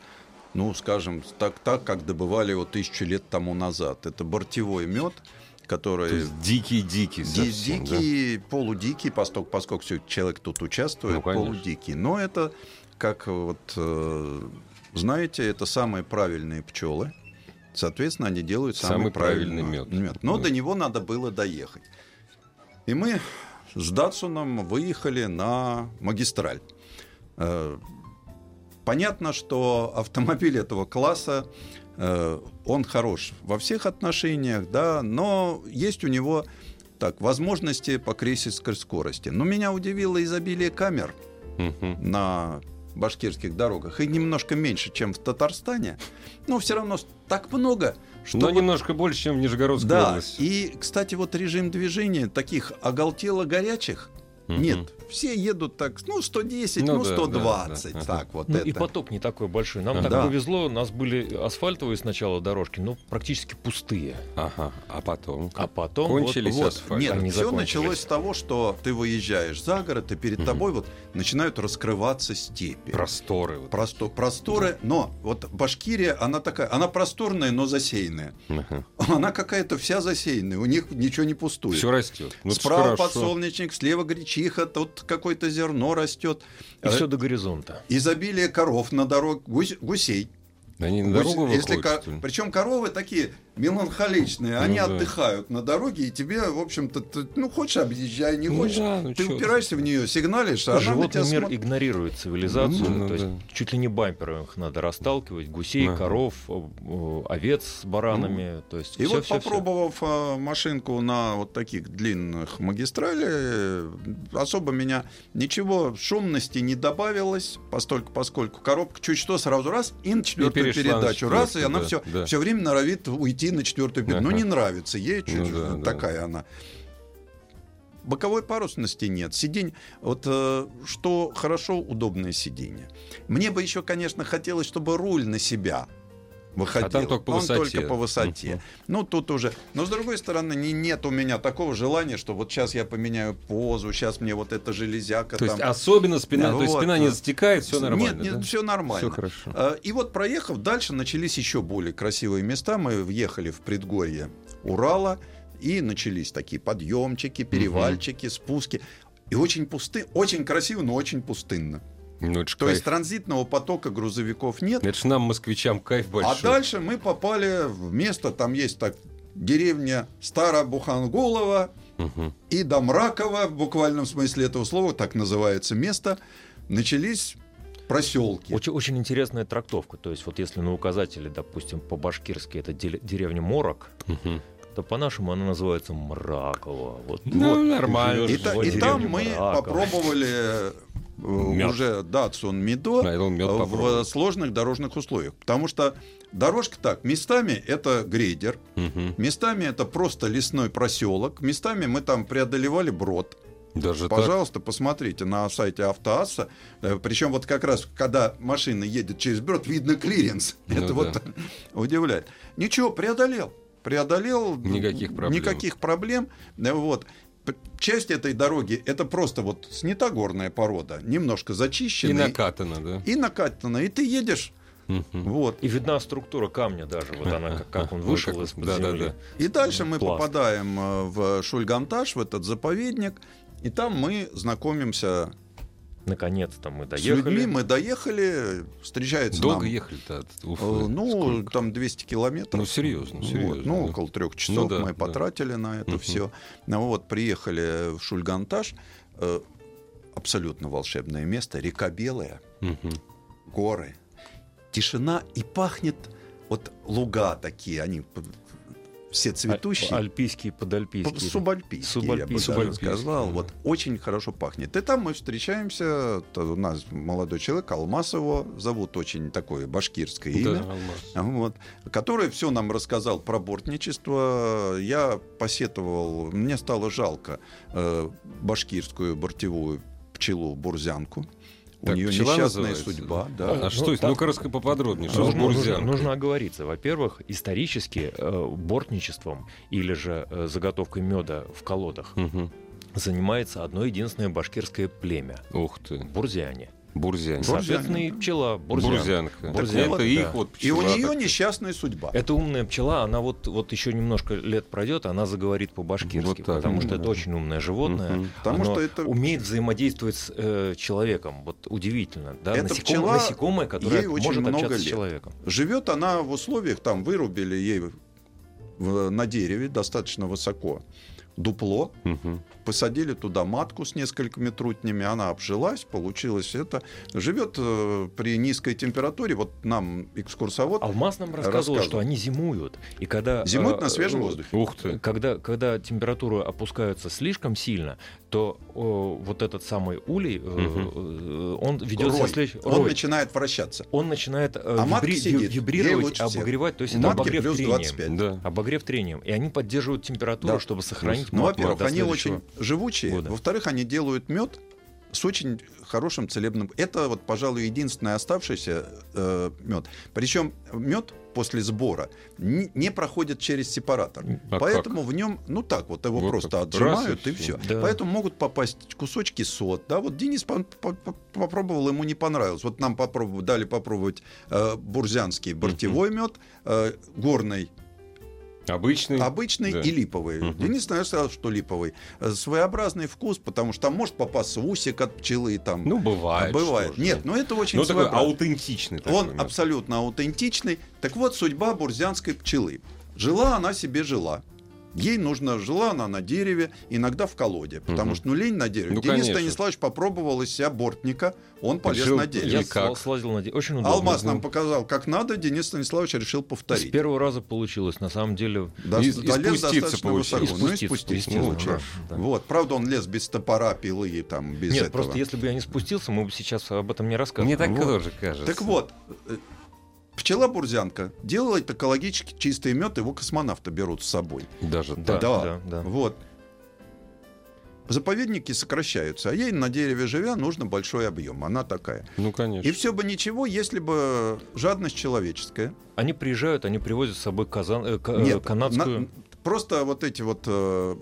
[SPEAKER 2] Ну, скажем, так, так, как добывали его тысячу лет тому назад. Это бортевой мед,
[SPEAKER 1] То
[SPEAKER 2] которые
[SPEAKER 1] есть дикий-дикий
[SPEAKER 2] ди-
[SPEAKER 1] совсем, да?
[SPEAKER 2] дикие, полудикие, поскольку, поскольку всё- человек тут участвует,
[SPEAKER 1] Ну, конечно.
[SPEAKER 2] полудикие. Но это, как вот э, знаете, это самые правильные пчелы. Соответственно, они делают самый,
[SPEAKER 1] Самый правильный мед. Ну.
[SPEAKER 2] Но до него надо было доехать. И мы с Датсуном выехали на магистраль. Э, Понятно, что автомобиль этого класса, э, он хорош во всех отношениях, да, но есть у него так, возможности по крейсерской скорости. Но меня удивило изобилие камер
[SPEAKER 1] Мгм.
[SPEAKER 2] на башкирских дорогах. И немножко меньше, чем в Татарстане. Но все равно так много, что...
[SPEAKER 1] Но
[SPEAKER 2] вот-
[SPEAKER 1] немножко больше, чем в Нижегородской
[SPEAKER 2] да,
[SPEAKER 1] области.
[SPEAKER 2] и, кстати, вот режим движения таких оголтело горячих
[SPEAKER 1] Мгм.
[SPEAKER 2] нет. Все едут так, ну, 110,
[SPEAKER 1] Ну
[SPEAKER 2] ну,
[SPEAKER 1] да,
[SPEAKER 2] 120,
[SPEAKER 1] да, да,
[SPEAKER 2] так вот
[SPEAKER 3] Ну,
[SPEAKER 2] это.
[SPEAKER 3] и поток не такой большой. Нам
[SPEAKER 2] Ага.
[SPEAKER 3] так
[SPEAKER 2] Да.
[SPEAKER 3] повезло, у нас были асфальтовые сначала дорожки, но практически пустые.
[SPEAKER 1] Ага. А потом?
[SPEAKER 3] А потом вот-
[SPEAKER 1] Кончились
[SPEAKER 3] вот,
[SPEAKER 1] асфальт.
[SPEAKER 2] Нет,
[SPEAKER 3] они
[SPEAKER 2] все
[SPEAKER 3] закончились.
[SPEAKER 2] началось с того, что ты выезжаешь за город, и перед тобой вот начинают раскрываться степи.
[SPEAKER 1] Просторы. вот.
[SPEAKER 2] Просто, просторы, но вот Башкирия, она такая, она просторная, но засеянная.
[SPEAKER 1] Ага.
[SPEAKER 2] Она какая-то вся засеянная, у них ничего не пустует.
[SPEAKER 1] Все растет. Ну, это ж
[SPEAKER 2] Справа
[SPEAKER 1] хорошо.
[SPEAKER 2] подсолнечник, слева гречиха, тут какое-то зерно растет.
[SPEAKER 3] И все до горизонта.
[SPEAKER 2] Изобилие коров на дороге, гусь- гусей.
[SPEAKER 1] Они на дорогу выходят, что ли? Ну
[SPEAKER 2] Причем коровы такие меланхоличные, они
[SPEAKER 1] да.
[SPEAKER 2] отдыхают на дороге, и тебе, в общем-то, ты, ну хочешь объезжай, не
[SPEAKER 1] Ну
[SPEAKER 2] хочешь,
[SPEAKER 1] да, ну
[SPEAKER 2] ты
[SPEAKER 1] чё
[SPEAKER 2] упираешься в нее, сигналишь, а она на
[SPEAKER 3] Животный
[SPEAKER 2] тебя
[SPEAKER 3] мир
[SPEAKER 2] смотрит.
[SPEAKER 3] игнорирует цивилизацию,
[SPEAKER 1] Ну,
[SPEAKER 3] то есть
[SPEAKER 1] да.
[SPEAKER 3] чуть ли не бампером их надо расталкивать, гусей,
[SPEAKER 1] Ага.
[SPEAKER 3] коров, э, э, овец с баранами, то есть
[SPEAKER 2] Ну, И
[SPEAKER 3] всё-
[SPEAKER 2] вот
[SPEAKER 3] всё- всё.
[SPEAKER 2] попробовав а, машинку на вот таких длинных магистралях, э, особо меня ничего шумности не добавилось, постольку, поскольку коробка чуть что сразу раз и на
[SPEAKER 1] перешла
[SPEAKER 2] четвертую
[SPEAKER 1] на
[SPEAKER 2] передачу раз, и
[SPEAKER 1] четвертую,
[SPEAKER 2] она
[SPEAKER 1] да,
[SPEAKER 2] все,
[SPEAKER 1] да.
[SPEAKER 2] все время норовит уйти на четвертую передачу.
[SPEAKER 1] Ага.
[SPEAKER 2] Ну не нравится ей, чуть
[SPEAKER 1] Ну да, да.
[SPEAKER 2] такая она. Боковой парусности нет. Сиденье. Вот э, что хорошо, удобное сиденье. Мне бы еще, конечно, хотелось, чтобы руль на себя выходил.
[SPEAKER 1] А там только по
[SPEAKER 2] Он
[SPEAKER 1] высоте.
[SPEAKER 2] только по высоте. Ну, тут уже. Но с другой стороны, не, нет у меня такого желания, что вот сейчас я поменяю позу, сейчас мне вот эта железяка
[SPEAKER 1] То
[SPEAKER 2] там.
[SPEAKER 1] есть особенно спина, то есть
[SPEAKER 2] Вот,
[SPEAKER 1] спина не
[SPEAKER 2] да.
[SPEAKER 1] затекает, все нормально.
[SPEAKER 2] Нет, нет, все нормально.
[SPEAKER 1] Все хорошо.
[SPEAKER 2] Э, И вот проехав, дальше начались еще более красивые места. Мы въехали в предгорье Урала, и начались такие подъемчики, перевальчики, спуски. И очень пусты, очень красиво, но очень пустынно.
[SPEAKER 1] Ну, это ж
[SPEAKER 2] То
[SPEAKER 1] кайф.
[SPEAKER 2] есть транзитного потока грузовиков нет.
[SPEAKER 1] Это ж нам, москвичам, кайф большой.
[SPEAKER 2] А дальше мы попали в место, там есть так деревня Старобухангулова
[SPEAKER 1] Мгм.
[SPEAKER 2] и Домракова, в буквальном смысле этого слова, так называется место, начались проселки.
[SPEAKER 3] Очень, очень интересная трактовка. То есть, вот если на указателе, допустим, по-башкирски это деле- деревня Морок,
[SPEAKER 1] Мгм.
[SPEAKER 3] то по-нашему она называется Мракова. Вот,
[SPEAKER 1] Ну,
[SPEAKER 3] вот,
[SPEAKER 1] нормально.
[SPEAKER 3] живешь
[SPEAKER 2] И,
[SPEAKER 3] в
[SPEAKER 2] та- и
[SPEAKER 3] деревне
[SPEAKER 2] там мы
[SPEAKER 3] Мраково.
[SPEAKER 2] попробовали э,
[SPEAKER 1] Мёд.
[SPEAKER 2] уже Датсун Мидо
[SPEAKER 1] Да, и он мед
[SPEAKER 2] э, в
[SPEAKER 1] попробовал.
[SPEAKER 2] сложных дорожных условиях. Потому что дорожка так, местами это грейдер,
[SPEAKER 1] Мгм.
[SPEAKER 2] местами это просто лесной проселок, местами мы там преодолевали брод.
[SPEAKER 1] Даже так.
[SPEAKER 2] Пожалуйста, посмотрите на сайте Автоасса. Причем вот как раз, когда машина едет через брод, видно клиренс. [laughs]
[SPEAKER 1] Ну
[SPEAKER 2] Это
[SPEAKER 1] да.
[SPEAKER 2] вот удивляет. Ничего, преодолел. Преодолел.
[SPEAKER 1] Никаких проблем.
[SPEAKER 2] Никаких проблем. Э, Вот. П- Часть этой дороги, это просто вот снята горная порода, немножко зачищена.
[SPEAKER 1] И накатано, да?
[SPEAKER 2] И накатана. И ты едешь.
[SPEAKER 1] Мгм.
[SPEAKER 2] Вот.
[SPEAKER 3] И видна структура камня даже, вот она, как,
[SPEAKER 2] [laughs]
[SPEAKER 3] как он
[SPEAKER 1] Вот
[SPEAKER 3] вышел
[SPEAKER 1] как-
[SPEAKER 3] из-под
[SPEAKER 1] да-да-да.
[SPEAKER 3] земли.
[SPEAKER 2] И дальше мы
[SPEAKER 3] Пласт.
[SPEAKER 2] попадаем э, в Шульганташ, в этот заповедник. И там мы знакомимся
[SPEAKER 3] Наконец-то мы
[SPEAKER 2] с людьми.
[SPEAKER 3] доехали.
[SPEAKER 2] Мы доехали. Встречается
[SPEAKER 1] Долго
[SPEAKER 2] нам
[SPEAKER 1] ехали-то от
[SPEAKER 2] Э,
[SPEAKER 1] Уфы?
[SPEAKER 2] Ну,
[SPEAKER 1] Сколько?
[SPEAKER 2] там 200 километров.
[SPEAKER 1] Ну, серьезно,
[SPEAKER 2] Вот,
[SPEAKER 1] серьезно,
[SPEAKER 2] ну,
[SPEAKER 1] да.
[SPEAKER 2] около трех часов
[SPEAKER 1] Ну да, да.
[SPEAKER 2] мы потратили на это
[SPEAKER 1] Мгм.
[SPEAKER 2] все. Ну, вот, приехали в Шульганташ. Э, абсолютно волшебное место. Река Белая,
[SPEAKER 1] Мгм.
[SPEAKER 2] горы, тишина и пахнет... Вот луга такие, они п- все цветущие.
[SPEAKER 3] А- Альпийские,
[SPEAKER 2] П-
[SPEAKER 3] подальпийские.
[SPEAKER 2] Субальпийский, я бы
[SPEAKER 3] Субальпийский.
[SPEAKER 2] даже
[SPEAKER 1] Субальпийский,
[SPEAKER 2] сказал.
[SPEAKER 1] да.
[SPEAKER 2] Вот очень хорошо пахнет. И там мы встречаемся. то у нас молодой человек, Алмаз его зовут, очень такое башкирское имя.
[SPEAKER 1] Да, алмаз.
[SPEAKER 2] Вот, который все нам рассказал про бортничество. Я посетовал, мне стало жалко э, башкирскую бортевую пчелу бурзянку.
[SPEAKER 1] Так,
[SPEAKER 2] У нее
[SPEAKER 1] пчела
[SPEAKER 2] несчастная
[SPEAKER 1] называется?
[SPEAKER 2] судьба,
[SPEAKER 1] А,
[SPEAKER 2] да.
[SPEAKER 1] а что это?
[SPEAKER 3] так-
[SPEAKER 1] Ну-ка, раска поподробнее. Что с
[SPEAKER 3] Нужно, нужно,
[SPEAKER 1] бурзянкой?
[SPEAKER 3] нужно оговориться. Во-первых, исторически э, бортничеством или же э, заготовкой меда в колодах
[SPEAKER 1] Мгм.
[SPEAKER 3] занимается одно единственное башкирское племя
[SPEAKER 1] Ух ты.
[SPEAKER 3] бурзиане.
[SPEAKER 1] Бурзянь.
[SPEAKER 3] Соответственно, и пчела. Бурзян.
[SPEAKER 1] Бурзянка.
[SPEAKER 3] Бурзянка,
[SPEAKER 1] Это
[SPEAKER 3] да.
[SPEAKER 1] их вот
[SPEAKER 2] И у
[SPEAKER 1] пчела
[SPEAKER 2] нее
[SPEAKER 1] такая.
[SPEAKER 2] несчастная судьба.
[SPEAKER 3] Эта умная пчела, она вот, вот еще немножко лет пройдет, она заговорит по-башкирски,
[SPEAKER 1] Вот так,
[SPEAKER 3] потому
[SPEAKER 1] да.
[SPEAKER 3] что это очень умное животное.
[SPEAKER 1] Мгм.
[SPEAKER 2] Потому
[SPEAKER 3] Оно
[SPEAKER 2] что это-
[SPEAKER 3] умеет взаимодействовать с э, человеком. Вот удивительно, да?
[SPEAKER 2] Эта
[SPEAKER 3] Насеком-
[SPEAKER 2] пчела,
[SPEAKER 3] насекомое, которое
[SPEAKER 2] ей очень
[SPEAKER 3] может
[SPEAKER 2] много
[SPEAKER 3] общаться с
[SPEAKER 2] лет.
[SPEAKER 3] человеком.
[SPEAKER 2] Живет она в условиях, там вырубили ей в- на дереве достаточно высоко дупло,
[SPEAKER 1] Мгм.
[SPEAKER 2] посадили туда матку с несколькими трутнями, она обжилась, получилось это. Живет э, при низкой температуре, вот нам экскурсовод
[SPEAKER 3] Алмаз нам рассказывал,
[SPEAKER 2] Рассказывал.
[SPEAKER 3] что они зимуют. И когда,
[SPEAKER 2] зимует
[SPEAKER 3] А, э,
[SPEAKER 2] на свежем
[SPEAKER 3] э,
[SPEAKER 2] воздухе.
[SPEAKER 1] Ух ты.
[SPEAKER 3] Когда, когда температура опускается слишком сильно, то э, вот этот самый улей, э, э, он ведет
[SPEAKER 2] Рой.
[SPEAKER 3] себя следующим-
[SPEAKER 2] Он
[SPEAKER 3] рой.
[SPEAKER 2] начинает вращаться.
[SPEAKER 3] он начинает э,
[SPEAKER 2] А матка
[SPEAKER 3] вибри-
[SPEAKER 2] сидит.
[SPEAKER 3] ви-
[SPEAKER 2] Ей
[SPEAKER 3] вибрировать,
[SPEAKER 2] лучше всех.
[SPEAKER 3] обогревать, то есть
[SPEAKER 2] У
[SPEAKER 3] это
[SPEAKER 2] матки
[SPEAKER 3] обогрев
[SPEAKER 2] плюс
[SPEAKER 3] трением.
[SPEAKER 2] 25.
[SPEAKER 1] Да.
[SPEAKER 3] Обогрев трением. И они поддерживают температуру,
[SPEAKER 2] Да.
[SPEAKER 3] чтобы сохранить
[SPEAKER 2] Ну,
[SPEAKER 3] матку
[SPEAKER 2] во-первых,
[SPEAKER 3] до
[SPEAKER 2] они
[SPEAKER 3] следующего.
[SPEAKER 2] очень живучие.
[SPEAKER 3] года.
[SPEAKER 2] Во-вторых, они делают мед с очень хорошим целебным. Это вот, пожалуй, единственный оставшийся э, мед. Причем мед после сбора не, не проходит через сепаратор.
[SPEAKER 1] А
[SPEAKER 2] Поэтому в нем, ну так вот, его
[SPEAKER 1] Вот
[SPEAKER 2] просто
[SPEAKER 1] так.
[SPEAKER 2] отжимают
[SPEAKER 1] Раз и
[SPEAKER 2] и все.
[SPEAKER 3] всё. Да.
[SPEAKER 2] Поэтому могут попасть кусочки сот. Да, вот Денис по- по- по- попробовал, ему не понравилось. Вот нам попробовали, дали попробовать э, бурзянский бортевой мед, э, горный
[SPEAKER 1] Обычный.
[SPEAKER 2] Обычный
[SPEAKER 1] Да.
[SPEAKER 2] и липовый.
[SPEAKER 1] Мгм.
[SPEAKER 2] Денис, наверное, сказал, что липовый. Э, Своеобразный вкус, потому что там может попасться усик от пчелы и там.
[SPEAKER 1] Ну, бывает.
[SPEAKER 2] А бывает.
[SPEAKER 1] что ж,
[SPEAKER 2] Нет,
[SPEAKER 1] да.
[SPEAKER 2] но это очень
[SPEAKER 1] Ну, такой
[SPEAKER 2] своеобразно.
[SPEAKER 1] аутентичный. такой
[SPEAKER 2] Он
[SPEAKER 1] мясо.
[SPEAKER 2] абсолютно аутентичный. Так вот, судьба бурзянской пчелы. Жила она себе жила. Ей нужно жила она на дереве, иногда в колоде, потому
[SPEAKER 1] Мгм.
[SPEAKER 2] что ну лень на дереве.
[SPEAKER 1] Ну,
[SPEAKER 2] Денис
[SPEAKER 1] конечно.
[SPEAKER 2] Станиславович попробовал из себя бортника, он полез
[SPEAKER 1] Жил-
[SPEAKER 2] на
[SPEAKER 3] Я
[SPEAKER 2] дерево.
[SPEAKER 1] Или как?
[SPEAKER 3] сла- слазил на де- Очень удобно.
[SPEAKER 2] Алмаз
[SPEAKER 3] Ну,
[SPEAKER 2] нам показал, как надо, Денис Станиславович решил
[SPEAKER 3] С
[SPEAKER 2] повторить.
[SPEAKER 3] первого раза получилось. На самом деле
[SPEAKER 2] Да,
[SPEAKER 1] И-
[SPEAKER 2] с-
[SPEAKER 1] и
[SPEAKER 2] долез
[SPEAKER 1] спуститься
[SPEAKER 2] достаточно
[SPEAKER 1] получилось.
[SPEAKER 2] высоко. Ну и
[SPEAKER 3] спуститься,
[SPEAKER 2] спуститься.
[SPEAKER 3] естественно,
[SPEAKER 2] получилось.
[SPEAKER 3] да, да.
[SPEAKER 2] Вот, правда, он лез без топора, пилы и там без
[SPEAKER 3] Нет,
[SPEAKER 2] этого.
[SPEAKER 3] просто если бы я не спустился, мы бы сейчас об этом не рассказывали.
[SPEAKER 1] Мне так
[SPEAKER 2] Вот.
[SPEAKER 1] тоже кажется.
[SPEAKER 2] Так вот, э, пчела-бурзянка делает экологически чистый мед, его космонавты берут с собой.
[SPEAKER 1] Даже
[SPEAKER 3] Да,
[SPEAKER 1] так.
[SPEAKER 2] Да.
[SPEAKER 3] да, да.
[SPEAKER 2] Вот. Заповедники сокращаются, а ей на дереве живя нужно большой объем. Она такая.
[SPEAKER 1] Ну, конечно.
[SPEAKER 2] И все бы ничего, если бы жадность человеческая.
[SPEAKER 3] Они приезжают, они привозят с собой казан, э, ка- э,
[SPEAKER 2] Нет,
[SPEAKER 3] канадскую.
[SPEAKER 2] на- просто вот эти вот э,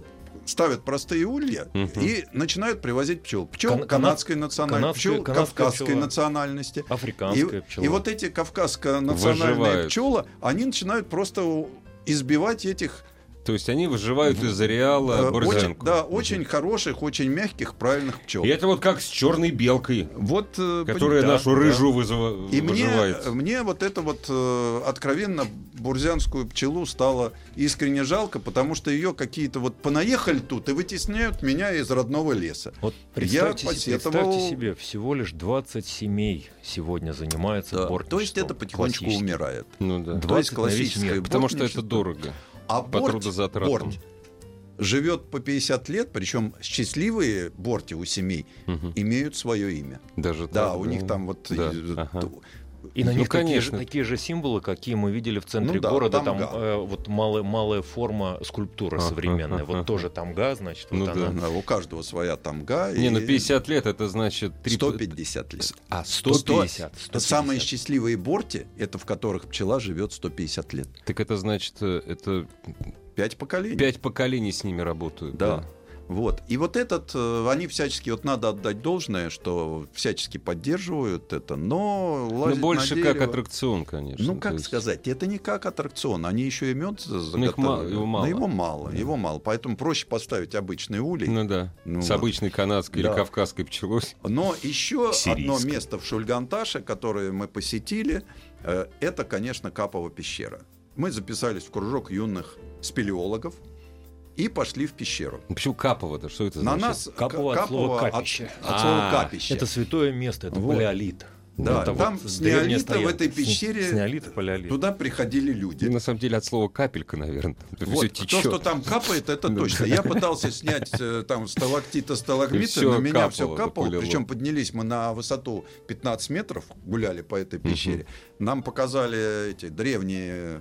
[SPEAKER 2] ставят простые улья
[SPEAKER 1] Мгм.
[SPEAKER 2] и начинают привозить пчел. Пчел
[SPEAKER 3] Кан-
[SPEAKER 2] канадской национальности,
[SPEAKER 3] канадская-
[SPEAKER 2] пчел
[SPEAKER 3] канадская
[SPEAKER 2] кавказской
[SPEAKER 3] пчела.
[SPEAKER 2] национальности. И,
[SPEAKER 3] Африканская пчела.
[SPEAKER 2] и вот эти кавказско-национальные
[SPEAKER 1] Выживают.
[SPEAKER 2] пчелы, они начинают просто у- избивать этих
[SPEAKER 1] То есть они выживают из ареала
[SPEAKER 2] э, очень,
[SPEAKER 1] борзянку.
[SPEAKER 2] да, очень хороших, очень мягких, правильных пчел.
[SPEAKER 1] И это вот как с черной белкой,
[SPEAKER 2] Вот, э,
[SPEAKER 1] которая
[SPEAKER 2] да,
[SPEAKER 1] нашу
[SPEAKER 2] да.
[SPEAKER 1] рыжую вызыва-
[SPEAKER 2] И мне,
[SPEAKER 1] выживает.
[SPEAKER 2] мне вот это вот э, откровенно бурзянскую пчелу стало искренне жалко, потому что ее какие-то вот понаехали тут и вытесняют меня из родного леса.
[SPEAKER 3] Вот представьте,
[SPEAKER 2] Я
[SPEAKER 3] се-
[SPEAKER 2] посетовал-
[SPEAKER 3] представьте себе, всего лишь 20 семей сегодня занимается бортничеством.
[SPEAKER 2] То есть это потихонечку
[SPEAKER 3] Классически.
[SPEAKER 2] умирает.
[SPEAKER 1] Ну да.
[SPEAKER 2] То
[SPEAKER 3] Да.
[SPEAKER 2] есть
[SPEAKER 3] 20 на весь
[SPEAKER 2] классическое
[SPEAKER 3] мир,
[SPEAKER 1] Потому что это
[SPEAKER 2] бортничество.
[SPEAKER 1] дорого.
[SPEAKER 2] А
[SPEAKER 1] по
[SPEAKER 2] борт-
[SPEAKER 1] трудозатратам.
[SPEAKER 2] борт живет по 50 лет, причем счастливые борти у семей
[SPEAKER 1] Мгм.
[SPEAKER 2] имеют свое имя.
[SPEAKER 1] Даже
[SPEAKER 2] Да,
[SPEAKER 1] так,
[SPEAKER 2] у
[SPEAKER 1] ну,
[SPEAKER 2] них там вот...
[SPEAKER 1] да,
[SPEAKER 2] э,
[SPEAKER 1] ага.
[SPEAKER 2] ту-
[SPEAKER 3] И на
[SPEAKER 1] Ну,
[SPEAKER 3] них такие же-
[SPEAKER 1] конечно.
[SPEAKER 3] Такие, же символы, какие мы видели в центре
[SPEAKER 2] Ну да,
[SPEAKER 3] города. Там,
[SPEAKER 2] тамга.
[SPEAKER 3] э, вот малая, малая форма скульптуры
[SPEAKER 1] Ага,
[SPEAKER 3] современная. Вот
[SPEAKER 1] ага.
[SPEAKER 3] тоже тамга, значит,
[SPEAKER 1] Ну
[SPEAKER 3] вот она.
[SPEAKER 1] да.
[SPEAKER 2] да, у каждого своя тамга.
[SPEAKER 1] Не,
[SPEAKER 2] и
[SPEAKER 1] ну 50 лет это значит... три-
[SPEAKER 2] 150 лет. 150.
[SPEAKER 3] А, 150.
[SPEAKER 2] Это
[SPEAKER 3] 150.
[SPEAKER 2] Самые счастливые борти, это в которых пчела живет 150 лет.
[SPEAKER 1] Так это значит, э, это
[SPEAKER 2] Пять поколений.
[SPEAKER 1] пять поколений с ними работают.
[SPEAKER 2] Да. Вот. И вот этот, э, они всячески, вот надо отдать должное, что всячески поддерживают это, но
[SPEAKER 1] Ну,
[SPEAKER 2] лазить на
[SPEAKER 1] больше как
[SPEAKER 2] дерево-
[SPEAKER 1] аттракцион, конечно.
[SPEAKER 2] Ну, как
[SPEAKER 1] То есть-
[SPEAKER 2] сказать, это не как аттракцион. Они еще и мед заготавливают.
[SPEAKER 1] мало, его
[SPEAKER 2] Но
[SPEAKER 1] мало.
[SPEAKER 2] его мало,
[SPEAKER 1] Да.
[SPEAKER 2] его мало. Поэтому проще поставить обычный улей.
[SPEAKER 1] Ну да.
[SPEAKER 2] Ну
[SPEAKER 1] С
[SPEAKER 2] вот.
[SPEAKER 1] обычной канадской
[SPEAKER 2] Да.
[SPEAKER 1] или кавказской пчелой. [laughs]
[SPEAKER 2] Но еще одно
[SPEAKER 1] Сирийской.
[SPEAKER 2] место в Шульганташе, которое мы посетили, э, это, конечно, Капова пещера. Мы записались в кружок юных спелеологов и пошли в пещеру.
[SPEAKER 1] Ну, Почему Капова-то? Что это
[SPEAKER 2] На
[SPEAKER 1] значит?
[SPEAKER 2] нас
[SPEAKER 3] Капова от слова капище.
[SPEAKER 2] от- от слова
[SPEAKER 1] А,
[SPEAKER 2] капище.
[SPEAKER 3] Это святое место, это
[SPEAKER 2] Вот.
[SPEAKER 3] палеолит.
[SPEAKER 2] Да,
[SPEAKER 3] Это
[SPEAKER 2] там
[SPEAKER 3] вот
[SPEAKER 2] с
[SPEAKER 3] древняя
[SPEAKER 2] неолита в
[SPEAKER 3] стоянка.
[SPEAKER 2] этой
[SPEAKER 3] С-
[SPEAKER 2] пещере
[SPEAKER 3] С неолита палеолит.
[SPEAKER 2] Туда приходили люди.
[SPEAKER 1] На самом деле от слова капелька, наверное. [laughs]
[SPEAKER 2] Вот, то, что там капает, это точно. Я пытался снять э, там сталактита,
[SPEAKER 1] И
[SPEAKER 2] сталагмиты,
[SPEAKER 1] всё
[SPEAKER 2] на меня
[SPEAKER 1] капало,
[SPEAKER 2] все капало.
[SPEAKER 1] полило.
[SPEAKER 2] Причем поднялись мы на высоту 15 метров, гуляли по этой пещере. Нам показали эти древние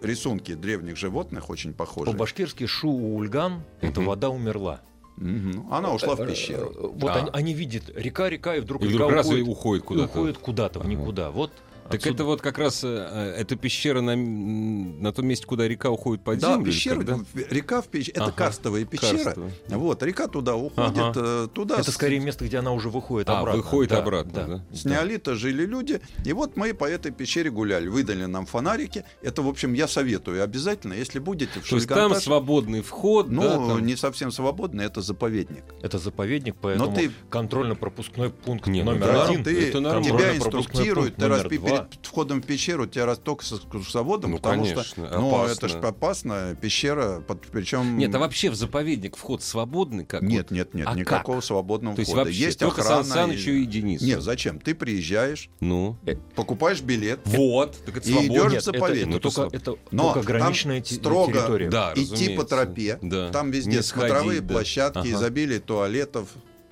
[SPEAKER 2] рисунки древних животных, очень похожие.
[SPEAKER 3] По-башкирски Шу-Ульган — это вода умерла.
[SPEAKER 2] Мгм. Она ушла в
[SPEAKER 3] Э,
[SPEAKER 2] пещеру.
[SPEAKER 3] Вот
[SPEAKER 1] А.
[SPEAKER 3] они, они видят река, река, и вдруг
[SPEAKER 1] И вдруг
[SPEAKER 3] река
[SPEAKER 1] раз и
[SPEAKER 3] уходит,
[SPEAKER 1] уходит
[SPEAKER 3] уходит
[SPEAKER 1] куда-то.
[SPEAKER 3] куда-то в
[SPEAKER 1] Ага.
[SPEAKER 3] никуда. Вот
[SPEAKER 1] Так это вот как раз э, это пещера на, м, на том месте, куда река уходит под землю.
[SPEAKER 2] Да,
[SPEAKER 1] или
[SPEAKER 2] пещера,
[SPEAKER 1] как, да?
[SPEAKER 2] в- река в пещере. Это
[SPEAKER 3] Ага,
[SPEAKER 2] карстовая пещера.
[SPEAKER 1] карстовая.
[SPEAKER 2] Вот, река туда уходит,
[SPEAKER 3] Ага.
[SPEAKER 2] э, туда.
[SPEAKER 3] Это
[SPEAKER 2] с-
[SPEAKER 3] скорее место, где она уже выходит
[SPEAKER 1] А,
[SPEAKER 3] обратно.
[SPEAKER 1] выходит
[SPEAKER 3] Да,
[SPEAKER 1] обратно, да.
[SPEAKER 2] С неолита жили люди, и вот мы по этой пещере гуляли, выдали нам фонарики. Это, в общем, я советую обязательно, если будете в
[SPEAKER 1] То есть там
[SPEAKER 2] Шульганташ.
[SPEAKER 1] свободный вход,
[SPEAKER 2] Ну,
[SPEAKER 1] да, там-
[SPEAKER 2] не совсем свободный, это заповедник.
[SPEAKER 3] Это заповедник, поэтому
[SPEAKER 2] ты-
[SPEAKER 3] контрольно-пропускной пункт
[SPEAKER 1] Не, ну
[SPEAKER 3] номер
[SPEAKER 1] да,
[SPEAKER 3] один.
[SPEAKER 2] ты,
[SPEAKER 1] это нормально.
[SPEAKER 2] тебя
[SPEAKER 3] Контрольно-пропускной
[SPEAKER 2] инструктируют,
[SPEAKER 3] пункт
[SPEAKER 2] ты
[SPEAKER 3] номер
[SPEAKER 2] распи-
[SPEAKER 3] два.
[SPEAKER 2] перед входом в пещеру тебя расток с экскурсоводом,
[SPEAKER 1] Ну,
[SPEAKER 2] потому
[SPEAKER 1] конечно,
[SPEAKER 2] что ну,
[SPEAKER 1] опасно.
[SPEAKER 2] это же опасно, пещера, причем...
[SPEAKER 1] Нет, а вообще в заповедник вход свободный как?
[SPEAKER 2] Нет, нет, нет,
[SPEAKER 1] А как?
[SPEAKER 2] никакого свободного
[SPEAKER 1] То есть
[SPEAKER 2] входа.
[SPEAKER 1] вообще
[SPEAKER 2] есть
[SPEAKER 1] только
[SPEAKER 2] охрана.
[SPEAKER 1] Сан Санычу и Денису.
[SPEAKER 2] Нет, зачем? Ты приезжаешь,
[SPEAKER 1] Ну,
[SPEAKER 2] покупаешь билет,
[SPEAKER 1] вот. Так это
[SPEAKER 2] И
[SPEAKER 1] свободно.
[SPEAKER 2] идешь в
[SPEAKER 3] это-
[SPEAKER 2] заповедник.
[SPEAKER 3] Это,
[SPEAKER 1] Ну,
[SPEAKER 3] только,
[SPEAKER 1] слабо.
[SPEAKER 3] это
[SPEAKER 2] Но
[SPEAKER 3] только
[SPEAKER 2] там
[SPEAKER 3] ограниченная те- ну,
[SPEAKER 2] строго-
[SPEAKER 3] территория.
[SPEAKER 1] Да,
[SPEAKER 2] идти по
[SPEAKER 1] разумеется.
[SPEAKER 2] тропе,
[SPEAKER 1] Да.
[SPEAKER 2] там везде
[SPEAKER 1] Не сходить,
[SPEAKER 2] смотровые
[SPEAKER 1] да.
[SPEAKER 2] площадки,
[SPEAKER 1] Ага.
[SPEAKER 2] изобилие туалетов.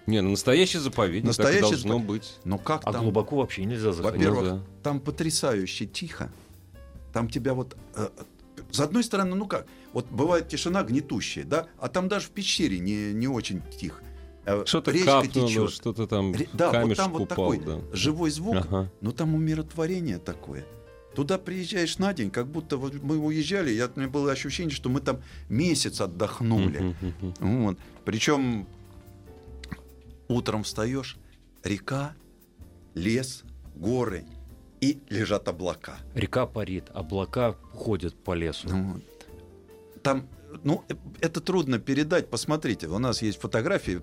[SPEAKER 1] Не, ну настоящий заповедник,
[SPEAKER 2] Настоящий
[SPEAKER 1] так и должно
[SPEAKER 2] запов-
[SPEAKER 1] быть.
[SPEAKER 2] Но как
[SPEAKER 3] А
[SPEAKER 2] там?
[SPEAKER 3] глубоко вообще нельзя заходить.
[SPEAKER 2] Во-первых,
[SPEAKER 1] Ну да.
[SPEAKER 2] там потрясающе тихо. Там тебя вот... э, э, с одной стороны, ну как, вот бывает тишина гнетущая, да, а там даже в пещере не, не очень тихо. Э,
[SPEAKER 1] Что-то
[SPEAKER 2] речка
[SPEAKER 1] капнуло,
[SPEAKER 2] течет.
[SPEAKER 1] что-то там
[SPEAKER 2] Ре- Да, вот
[SPEAKER 1] камешек
[SPEAKER 2] там вот
[SPEAKER 1] упал.
[SPEAKER 2] такой
[SPEAKER 1] да.
[SPEAKER 2] живой звук,
[SPEAKER 1] Ага.
[SPEAKER 2] но там умиротворение такое. Туда приезжаешь на день, как будто вот мы уезжали, я, у меня было ощущение, что мы там месяц отдохнули.
[SPEAKER 1] Мгм, мгм.
[SPEAKER 2] Вот. Причем утром встаешь, река, лес, горы и лежат облака.
[SPEAKER 3] Река парит, облака ходят по лесу.
[SPEAKER 2] Вот. Там, ну, э, это трудно передать. Посмотрите, у нас есть фотографии.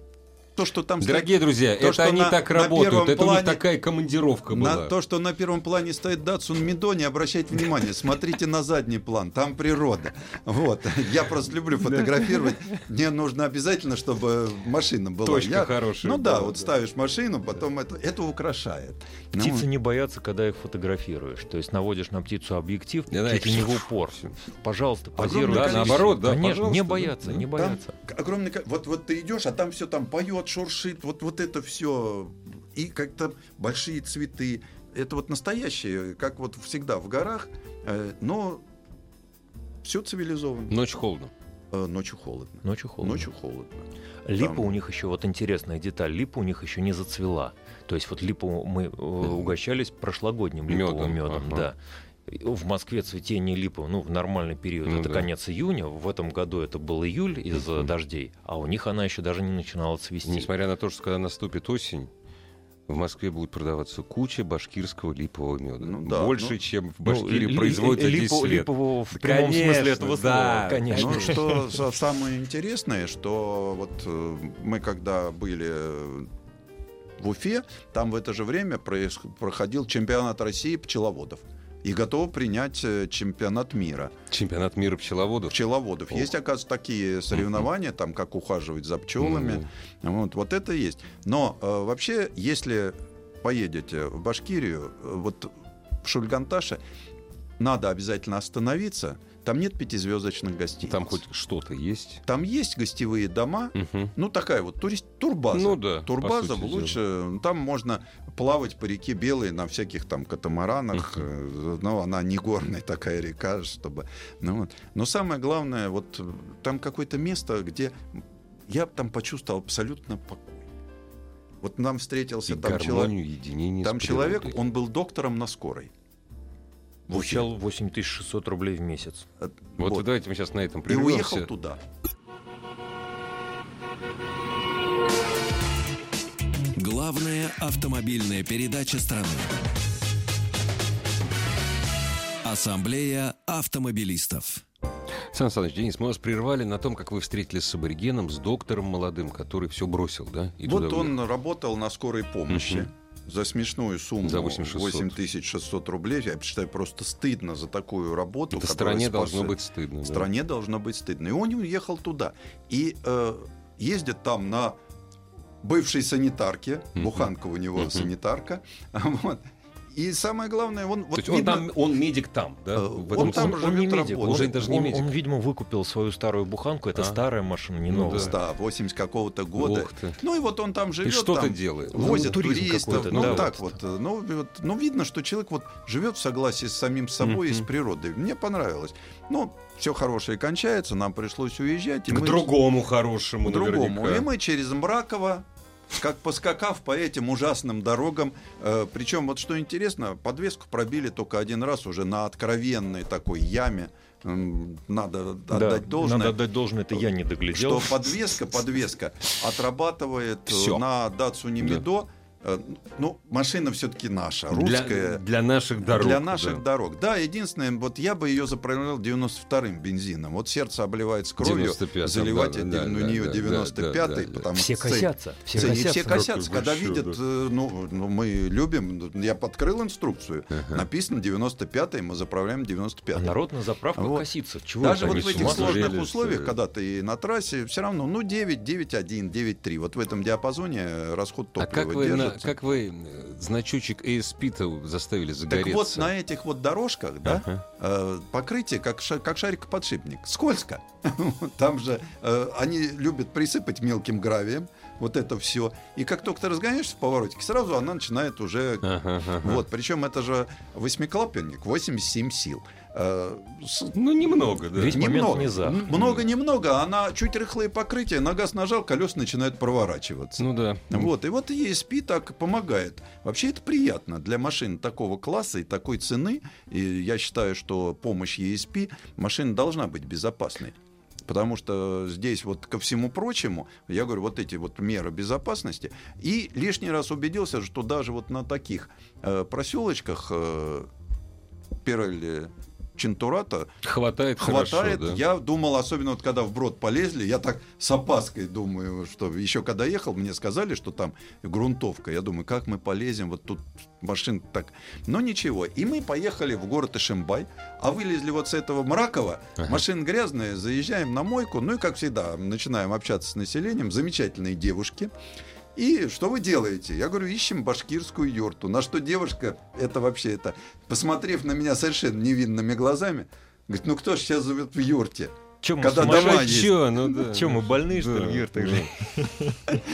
[SPEAKER 2] То, что там стоит-
[SPEAKER 1] Дорогие друзья,
[SPEAKER 2] то,
[SPEAKER 1] это
[SPEAKER 2] что
[SPEAKER 1] они
[SPEAKER 2] на-
[SPEAKER 1] так
[SPEAKER 2] на
[SPEAKER 1] работают.
[SPEAKER 2] первом
[SPEAKER 1] Это у них
[SPEAKER 2] плане-
[SPEAKER 1] такая командировка
[SPEAKER 2] на
[SPEAKER 1] была.
[SPEAKER 2] то, что на первом плане стоит Датсун Мидо, не обращайте внимания. Смотрите на задний план, там природа. Вот. Я просто люблю фотографировать. Мне нужно обязательно, чтобы машина была.
[SPEAKER 1] Точка
[SPEAKER 2] Я-
[SPEAKER 1] хорошая
[SPEAKER 2] Ну да,
[SPEAKER 1] была,
[SPEAKER 2] вот
[SPEAKER 1] да.
[SPEAKER 2] ставишь машину, потом это, это украшает. Ну,
[SPEAKER 3] Птицы не боятся, когда их фотографируешь. То есть наводишь на птицу объектив,
[SPEAKER 1] Да, да,
[SPEAKER 3] чуть
[SPEAKER 1] и
[SPEAKER 3] ли не в упор.
[SPEAKER 1] всё.
[SPEAKER 3] Пожалуйста,
[SPEAKER 2] Огромное
[SPEAKER 3] позируй.
[SPEAKER 2] количество. Да,
[SPEAKER 1] наоборот, да,
[SPEAKER 3] Конечно, не
[SPEAKER 1] пожалуйста, да,
[SPEAKER 3] боятся,
[SPEAKER 1] да.
[SPEAKER 3] не
[SPEAKER 2] Там
[SPEAKER 3] боятся.
[SPEAKER 2] к- огромное ко- вот вот ты идешь, а там все там поет, шуршит, вот вот это все и как-то большие цветы. Это вот настоящие, как вот всегда в горах, э, но все цивилизованно.
[SPEAKER 1] Ночь холодно.
[SPEAKER 2] Э, ночью холодно.
[SPEAKER 3] Ночью холодно.
[SPEAKER 2] Ночью холодно.
[SPEAKER 3] Липа
[SPEAKER 2] Там-
[SPEAKER 3] у них еще, вот интересная деталь, липа у них еще не зацвела. То есть вот липу мы э, угощались прошлогодним
[SPEAKER 1] Мёдом,
[SPEAKER 3] липовым медом,
[SPEAKER 1] ага.
[SPEAKER 3] да. И В Москве цветение липы, ну, в нормальный период,
[SPEAKER 1] Ну
[SPEAKER 3] это
[SPEAKER 1] да.
[SPEAKER 3] конец июня, в этом году это был июль из-за
[SPEAKER 1] Мгм.
[SPEAKER 3] дождей, а у них она еще даже не начинала цвести.
[SPEAKER 1] Несмотря на то, что когда наступит осень, в Москве будет продаваться куча башкирского липового меда.
[SPEAKER 2] Ну да,
[SPEAKER 1] Больше,
[SPEAKER 2] ну-
[SPEAKER 1] чем в
[SPEAKER 3] Ну,
[SPEAKER 1] Башкирии
[SPEAKER 3] ли- ли-
[SPEAKER 1] производят за 10
[SPEAKER 3] липо-
[SPEAKER 1] лет.
[SPEAKER 3] липового в
[SPEAKER 1] Да,
[SPEAKER 3] прямом
[SPEAKER 1] конечно,
[SPEAKER 3] смысле этого
[SPEAKER 1] да,
[SPEAKER 3] слова, [laughs] конечно.
[SPEAKER 2] Ну что за- самое интересное, что вот э, мы когда были э, в Уфе, там в это же время проис- проходил чемпионат России пчеловодов. И готовы принять э, чемпионат мира
[SPEAKER 1] Чемпионат мира пчеловодов.
[SPEAKER 2] пчеловодов. Есть, оказывается, такие соревнования, там, как ухаживать за пчелами. Вот, вот это есть. Но э, вообще, если поедете в Башкирию, э, вот в Шульганташе, надо обязательно остановиться. Там нет пятизвездочных гостей.
[SPEAKER 1] Там хоть что-то есть.
[SPEAKER 2] Там есть гостевые дома,
[SPEAKER 1] Мгм.
[SPEAKER 2] ну такая вот турист, турбаза.
[SPEAKER 1] Ну да,
[SPEAKER 2] Турбаза
[SPEAKER 1] по сути
[SPEAKER 2] в лучше. Ну, Там можно плавать по реке Белой на всяких там катамаранах. э, Но она не горная такая река, чтобы. Ну, вот. Но самое главное, вот э, там какое-то место, где я там почувствовал абсолютно покой. Вот нам
[SPEAKER 1] И
[SPEAKER 2] встретился там человек.
[SPEAKER 1] гармонию, единение с
[SPEAKER 2] Там человек,
[SPEAKER 1] природой.
[SPEAKER 2] он был доктором на скорой. В Уфе.
[SPEAKER 3] Получал 8600 рублей в месяц.
[SPEAKER 2] Э,
[SPEAKER 1] Вот,
[SPEAKER 2] вот.
[SPEAKER 1] давайте мы сейчас на этом
[SPEAKER 2] И уехал
[SPEAKER 1] прервемся.
[SPEAKER 2] туда.
[SPEAKER 4] Главная автомобильная передача страны. Ассамблея автомобилистов.
[SPEAKER 1] Сан Саныч, Денис, мы вас прервали на том, как вы встретились с аборигеном, с доктором молодым, который все бросил, да? И
[SPEAKER 2] вот
[SPEAKER 1] туда
[SPEAKER 2] он ну,
[SPEAKER 1] уехал.
[SPEAKER 2] работал на скорой помощи. За смешную сумму
[SPEAKER 1] За 8600.
[SPEAKER 2] 8600 рублей. Я считаю, просто стыдно за такую работу.
[SPEAKER 1] Это
[SPEAKER 2] которая
[SPEAKER 1] стране
[SPEAKER 2] спас-
[SPEAKER 1] должно быть стыдно. да.
[SPEAKER 2] Стране должно быть стыдно. И он уехал туда. И э, ездит там на бывшей санитарке.
[SPEAKER 1] Мгм.
[SPEAKER 2] Буханка у него
[SPEAKER 1] Мгм.
[SPEAKER 2] санитарка. [laughs] Вот. И самое главное, он...
[SPEAKER 1] То
[SPEAKER 2] вот
[SPEAKER 1] есть он,
[SPEAKER 2] видно-
[SPEAKER 1] там, он медик там, да?
[SPEAKER 2] Э,
[SPEAKER 1] в
[SPEAKER 2] он
[SPEAKER 1] этом
[SPEAKER 2] там
[SPEAKER 1] смысле?
[SPEAKER 2] же- живёт
[SPEAKER 3] медик,
[SPEAKER 2] работу.
[SPEAKER 3] он,
[SPEAKER 1] Уже даже не
[SPEAKER 3] он-
[SPEAKER 1] медик.
[SPEAKER 3] он, видимо, выкупил свою старую буханку. Это
[SPEAKER 1] А.
[SPEAKER 3] старая машина, не
[SPEAKER 1] Ну
[SPEAKER 3] новая.
[SPEAKER 1] да.
[SPEAKER 2] Да, 80 какого-то года.
[SPEAKER 1] Ух ты.
[SPEAKER 2] Ну и вот он там живет.
[SPEAKER 1] И что-то
[SPEAKER 2] там
[SPEAKER 1] делает.
[SPEAKER 2] Возит
[SPEAKER 3] Ну, туризм
[SPEAKER 2] туристов.
[SPEAKER 3] какой-то,
[SPEAKER 2] Ну,
[SPEAKER 3] да,
[SPEAKER 2] так
[SPEAKER 3] вот.
[SPEAKER 2] вот. э, Ну, вот, ну, видно, что человек вот живет в согласии с самим собой и с
[SPEAKER 1] Мгм.
[SPEAKER 2] природой. Мне понравилось. Ну, все хорошее кончается, нам пришлось уезжать. и
[SPEAKER 1] К
[SPEAKER 2] мы-
[SPEAKER 1] Типа другому хорошему
[SPEAKER 2] К другому.
[SPEAKER 1] наверняка.
[SPEAKER 2] И мы через Мраково как поскакав по этим ужасным дорогам. Э, причем, вот что интересно, подвеску пробили только один раз уже на откровенной такой яме. М, Надо
[SPEAKER 3] Да,
[SPEAKER 2] отдать должное.
[SPEAKER 3] Надо отдать должное, это я не доглядел.
[SPEAKER 2] Что подвеска, подвеска отрабатывает э,
[SPEAKER 1] Всё.
[SPEAKER 2] на Датсу Немидо. Э, Ну, машина все-таки наша,
[SPEAKER 1] Для,
[SPEAKER 2] русская.
[SPEAKER 1] для наших дорог.
[SPEAKER 2] Для наших
[SPEAKER 1] да.
[SPEAKER 2] дорог. Да, единственное, вот я бы ее заправлял 92-м бензином. Вот сердце обливается кровью,
[SPEAKER 1] 95-м,
[SPEAKER 2] заливать ну,
[SPEAKER 1] да,
[SPEAKER 2] один-
[SPEAKER 1] да,
[SPEAKER 2] на
[SPEAKER 1] да,
[SPEAKER 2] нее
[SPEAKER 1] да,
[SPEAKER 2] 95-й,
[SPEAKER 1] да, да, да.
[SPEAKER 2] потому
[SPEAKER 3] Все
[SPEAKER 2] что цель-
[SPEAKER 3] косятся, все
[SPEAKER 2] цель- и
[SPEAKER 3] косятся.
[SPEAKER 2] все косятся,
[SPEAKER 1] Какой
[SPEAKER 2] когда
[SPEAKER 1] большой,
[SPEAKER 2] видят,
[SPEAKER 1] да.
[SPEAKER 2] э, ну, ну, мы любим, я подкрыл инструкцию, написано 95-й, мы заправляем 95-й.
[SPEAKER 3] А народ на заправках
[SPEAKER 2] Вот.
[SPEAKER 3] косится. Чего
[SPEAKER 2] Даже
[SPEAKER 3] это
[SPEAKER 2] вот
[SPEAKER 3] они
[SPEAKER 2] в
[SPEAKER 3] с
[SPEAKER 2] этих
[SPEAKER 3] ума сошли?
[SPEAKER 2] сложных
[SPEAKER 1] сошли?
[SPEAKER 2] условиях, когда ты на трассе, все равно, ну, 9, 9, 1, 9, 3. Вот в этом диапазоне э, расход
[SPEAKER 1] А
[SPEAKER 2] топлива
[SPEAKER 1] как вы, на-
[SPEAKER 2] держится.
[SPEAKER 1] как вы э, значочек ASP-то заставили
[SPEAKER 2] Так
[SPEAKER 1] загореться?
[SPEAKER 2] вот, на этих вот дорожках, да,
[SPEAKER 1] Ага.
[SPEAKER 2] э, покрытие как, ша- как шарикоподшипник. [laughs] Скользко. Там же э, они любят присыпать мелким гравием вот это все. И как только ты разгоняешься в поворотике, сразу она начинает уже
[SPEAKER 1] Ага, ага.
[SPEAKER 2] Вот, причем это же восьмиклапанник, 87 сил. Э, с-
[SPEAKER 1] Ну, немного, да.
[SPEAKER 3] Весь момент
[SPEAKER 2] Немного,
[SPEAKER 3] вниза.
[SPEAKER 2] М- много, немного, она чуть рыхлое покрытие, на газ нажал, колеса начинают проворачиваться.
[SPEAKER 1] Ну да.
[SPEAKER 2] Вот, и вот ESP так помогает. Вообще это приятно для машин такого класса и такой цены. И я считаю, что помощь ESP машина должна быть безопасной. Потому что здесь вот ко всему прочему, я говорю, вот эти вот меры безопасности. И лишний раз убедился, что даже вот на таких э, проселочках э, Пирелли Чентурата
[SPEAKER 1] Хватает,
[SPEAKER 2] хватает.
[SPEAKER 1] хорошо, да.
[SPEAKER 2] Я думал, особенно вот когда в брод полезли, я так с опаской думаю, что еще когда ехал, мне сказали, что там грунтовка. Я думаю, как мы полезем, вот тут машин так. Но ничего. И мы поехали в город Ишимбай, а вылезли вот с этого Мракова.
[SPEAKER 1] Ага.
[SPEAKER 2] Машины грязные, заезжаем на мойку. Ну и, как всегда, начинаем общаться с населением. Замечательные девушки. И что вы делаете? Я говорю, ищем башкирскую юрту. На что девушка, это вообще это, посмотрев на меня совершенно невинными глазами, говорит, ну кто ж сейчас живет в юрте?
[SPEAKER 3] Чем мы
[SPEAKER 2] когда
[SPEAKER 3] сумасшедшие?
[SPEAKER 2] дома
[SPEAKER 1] Чё,
[SPEAKER 2] есть.
[SPEAKER 1] ну да.
[SPEAKER 3] Чё, мы больные, что
[SPEAKER 1] Да,
[SPEAKER 3] ли, Гир, так
[SPEAKER 1] да.
[SPEAKER 3] же?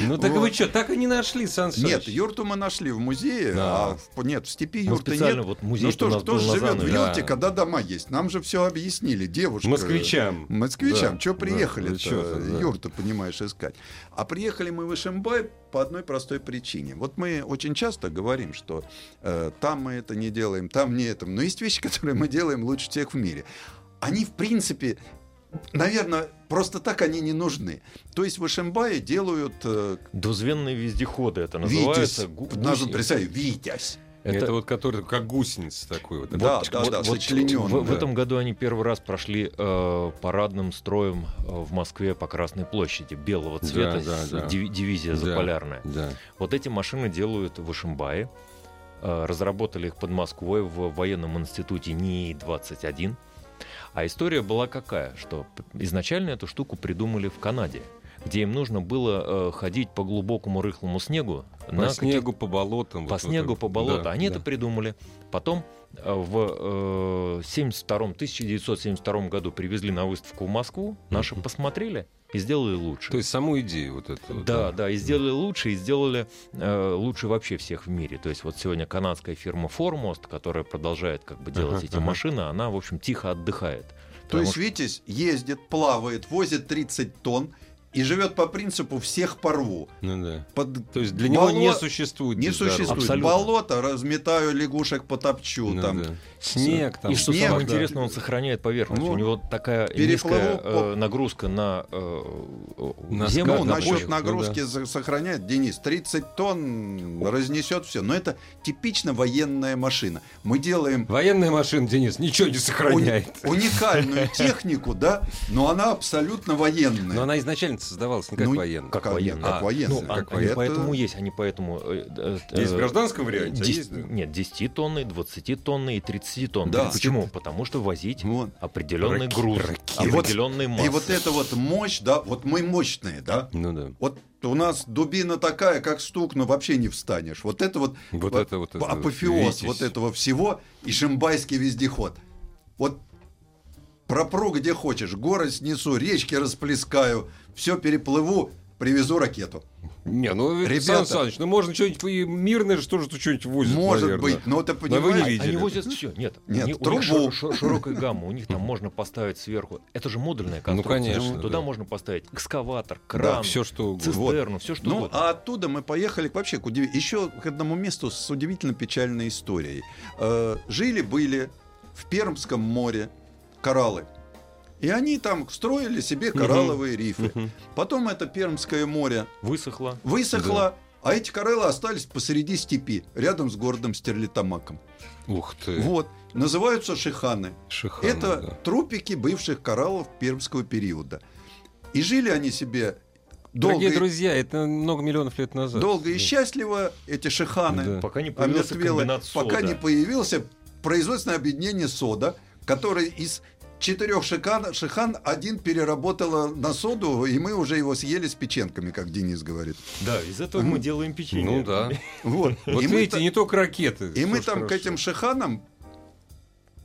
[SPEAKER 1] Ну так вы
[SPEAKER 2] Вот.
[SPEAKER 1] что, так и не нашли, Сан
[SPEAKER 2] Нет,
[SPEAKER 1] Саныч?
[SPEAKER 2] юрту мы нашли в музее,
[SPEAKER 3] Да.
[SPEAKER 2] а в- нет, в степи
[SPEAKER 3] Мы
[SPEAKER 2] юрты
[SPEAKER 3] специально
[SPEAKER 2] нет.
[SPEAKER 3] вот
[SPEAKER 2] ну
[SPEAKER 3] музей,
[SPEAKER 2] что ж, кто ж живет в
[SPEAKER 1] да.
[SPEAKER 2] юрте, когда дома есть? Нам же все объяснили, девушка.
[SPEAKER 1] Москвичам.
[SPEAKER 2] Москвичам,
[SPEAKER 1] Да,
[SPEAKER 2] что
[SPEAKER 1] да,
[SPEAKER 2] приехали
[SPEAKER 1] вы чё-то, да.
[SPEAKER 2] юрту, понимаешь, искать. А приехали мы в Ишимбай по одной простой причине. Вот мы очень часто говорим, что э, там мы это не делаем, там не это. Но есть вещи, [laughs] которые мы делаем лучше всех в мире. Они, в принципе, наверное, просто так они не нужны. То есть в Ишимбае делают... э,
[SPEAKER 3] Двузвенные вездеходы это
[SPEAKER 2] Витязь.
[SPEAKER 3] называется. Гу-
[SPEAKER 2] Вот Даже
[SPEAKER 3] гуси.
[SPEAKER 2] представь, Витязь.
[SPEAKER 1] Это...
[SPEAKER 3] Это-
[SPEAKER 1] вот который как гусеница такой вот.
[SPEAKER 2] Да,
[SPEAKER 1] Вот,
[SPEAKER 2] да,
[SPEAKER 1] вот,
[SPEAKER 2] да,
[SPEAKER 1] вот,
[SPEAKER 2] сочленён,
[SPEAKER 1] вот,
[SPEAKER 3] В, в
[SPEAKER 1] да.
[SPEAKER 3] этом году они первый раз прошли э, парадным строем э, в Москве по Красной площади белого
[SPEAKER 1] Да,
[SPEAKER 3] цвета
[SPEAKER 1] да,
[SPEAKER 3] с-
[SPEAKER 1] да.
[SPEAKER 3] диви- дивизия
[SPEAKER 1] Да.
[SPEAKER 3] заполярная.
[SPEAKER 1] Да.
[SPEAKER 3] Вот эти машины делают в Ишимбае. Э, Разработали их под Москвой в военном институте НИИ-21. А история была какая, что п- изначально эту штуку придумали в Канаде, где им нужно было э, ходить по глубокому рыхлому снегу
[SPEAKER 1] По
[SPEAKER 3] на каких-
[SPEAKER 1] снегу, по болотам.
[SPEAKER 3] по
[SPEAKER 1] вот
[SPEAKER 3] снегу,
[SPEAKER 1] это.
[SPEAKER 3] по болоту.
[SPEAKER 1] Да,
[SPEAKER 3] Они
[SPEAKER 1] да.
[SPEAKER 3] это придумали. Потом э, в э, 72 1972 году привезли на выставку в Москву, наши посмотрели и сделали лучше.
[SPEAKER 1] То есть э, саму идею вот эту. вот,
[SPEAKER 3] Да, да, и сделали лучше, и сделали э, лучше вообще всех в мире. То есть вот сегодня канадская фирма Formost, которая продолжает как бы делать
[SPEAKER 1] Ага,
[SPEAKER 3] эти
[SPEAKER 1] ага.
[SPEAKER 3] машины, она, в общем, тихо отдыхает.
[SPEAKER 2] То
[SPEAKER 3] Потому
[SPEAKER 2] есть
[SPEAKER 3] что-
[SPEAKER 2] Витязь ездит, плавает, возит 30 тонн и живет по принципу «всех порву».
[SPEAKER 1] Ну да.
[SPEAKER 2] Под
[SPEAKER 1] То есть для него
[SPEAKER 2] боло-
[SPEAKER 1] не существует.
[SPEAKER 2] не
[SPEAKER 1] здоровья.
[SPEAKER 2] существует.
[SPEAKER 3] Абсолютно.
[SPEAKER 2] Болото разметаю, лягушек потопчу.
[SPEAKER 1] Ну
[SPEAKER 2] там.
[SPEAKER 1] да. Снег Ну, там.
[SPEAKER 3] И что
[SPEAKER 2] снег,
[SPEAKER 3] самое
[SPEAKER 2] да.
[SPEAKER 3] интересное, он сохраняет поверхность.
[SPEAKER 2] Вот.
[SPEAKER 3] У него такая
[SPEAKER 2] Переплыву
[SPEAKER 3] низкая э,
[SPEAKER 2] по-
[SPEAKER 3] нагрузка на, э,
[SPEAKER 1] На
[SPEAKER 3] землю.
[SPEAKER 1] скат,
[SPEAKER 2] Ну,
[SPEAKER 1] на
[SPEAKER 2] насчет
[SPEAKER 3] почву.
[SPEAKER 1] почву, ну
[SPEAKER 2] нагрузки за- сохраняет, Денис, 30 тонн разнесет все. Но это типично военная машина. Мы делаем
[SPEAKER 1] Военная машина, Денис, ничего не сохраняет. [laughs]
[SPEAKER 2] уни- уникальную технику, да, но она абсолютно военная.
[SPEAKER 1] Но она изначально создавалась не как
[SPEAKER 2] Ну,
[SPEAKER 1] военная.
[SPEAKER 2] как
[SPEAKER 1] А,
[SPEAKER 2] военная, как
[SPEAKER 1] ну,
[SPEAKER 2] военная.
[SPEAKER 3] Ну, а-
[SPEAKER 1] как
[SPEAKER 3] они
[SPEAKER 2] военная.
[SPEAKER 3] поэтому есть, они поэтому... э, э, э,
[SPEAKER 1] Есть в гражданском варианте, а
[SPEAKER 3] дес-
[SPEAKER 1] есть, да.
[SPEAKER 3] Нет, 10 тонны, 20 тонны и 30 тонны.
[SPEAKER 2] Да.
[SPEAKER 3] Почему? Потому что возить
[SPEAKER 2] Вот.
[SPEAKER 3] определенный
[SPEAKER 1] Раки-
[SPEAKER 3] груз,
[SPEAKER 1] раки-
[SPEAKER 2] И вот-
[SPEAKER 3] определенные массы.
[SPEAKER 2] И вот эта вот мощь, да, вот мы мощные, да.
[SPEAKER 1] Ну да.
[SPEAKER 2] Вот у нас дубина такая, как стук, но вообще не встанешь. Вот это вот,
[SPEAKER 1] Вот
[SPEAKER 2] а-
[SPEAKER 1] это вот это вот,
[SPEAKER 2] апофеоз
[SPEAKER 1] Витязь.
[SPEAKER 2] вот этого всего и шимбайский вездеход. Вот пропру где хочешь, горы снесу, речки расплескаю, все переплыву. Привезу ракету.
[SPEAKER 1] Не, ну, Сан
[SPEAKER 2] Ребята.
[SPEAKER 1] Саныч, ну можно что-нибудь и мирное, что же тут что-нибудь возят,
[SPEAKER 2] Может
[SPEAKER 1] наверное.
[SPEAKER 2] быть, но ты
[SPEAKER 1] вы не
[SPEAKER 2] понимаешь...
[SPEAKER 1] видите.
[SPEAKER 3] Они
[SPEAKER 1] Видели.
[SPEAKER 3] возят все. Нет,
[SPEAKER 2] Нет,
[SPEAKER 3] у них- у
[SPEAKER 2] трубу.
[SPEAKER 3] них шир- шир- широкая гамма. У них там можно поставить сверху. Это же модульная конструкция.
[SPEAKER 1] Ну, конечно,
[SPEAKER 3] Туда
[SPEAKER 1] да.
[SPEAKER 3] можно поставить экскаватор, кран,
[SPEAKER 1] Все что угодно.
[SPEAKER 3] цистерну, все что
[SPEAKER 2] Ну,
[SPEAKER 3] угодно.
[SPEAKER 2] а оттуда мы поехали к- вообще к еще к одному месту с удивительно печальной историей. Э, Жили-были в Пермском море кораллы. И они там строили себе коралловые рифы. Потом это Пермское море
[SPEAKER 3] Высохло.
[SPEAKER 2] высохло, а эти кораллы остались посреди степи, рядом с городом Стерлитамаком.
[SPEAKER 1] Ух ты,
[SPEAKER 2] Вот. Называются шиханы.
[SPEAKER 1] шикарно.
[SPEAKER 2] Это
[SPEAKER 1] Э. да.
[SPEAKER 2] трупики бывших кораллов пермского периода. И жили они себе долго,
[SPEAKER 1] Дорогие
[SPEAKER 2] и-
[SPEAKER 1] друзья, это много миллионов лет назад.
[SPEAKER 2] долго и
[SPEAKER 1] Да.
[SPEAKER 2] счастливо, эти шиханы.
[SPEAKER 1] ну. Да.
[SPEAKER 3] Пока не появился
[SPEAKER 2] омертвело,
[SPEAKER 3] комбинат
[SPEAKER 2] пока
[SPEAKER 3] сода.
[SPEAKER 2] не появился производственное объединение сода, которое из четырех шикан, шихан один переработало на соду, и мы уже его съели с печенками, как Денис говорит.
[SPEAKER 3] Да, из этого мы делаем печенье.
[SPEAKER 1] Ну да.
[SPEAKER 2] Вот,
[SPEAKER 1] [laughs] Вот
[SPEAKER 2] и мы,
[SPEAKER 1] видите,
[SPEAKER 2] та-
[SPEAKER 1] не только ракеты.
[SPEAKER 2] и мы
[SPEAKER 1] Слушай,
[SPEAKER 2] там к
[SPEAKER 1] хорошо.
[SPEAKER 2] этим шиханам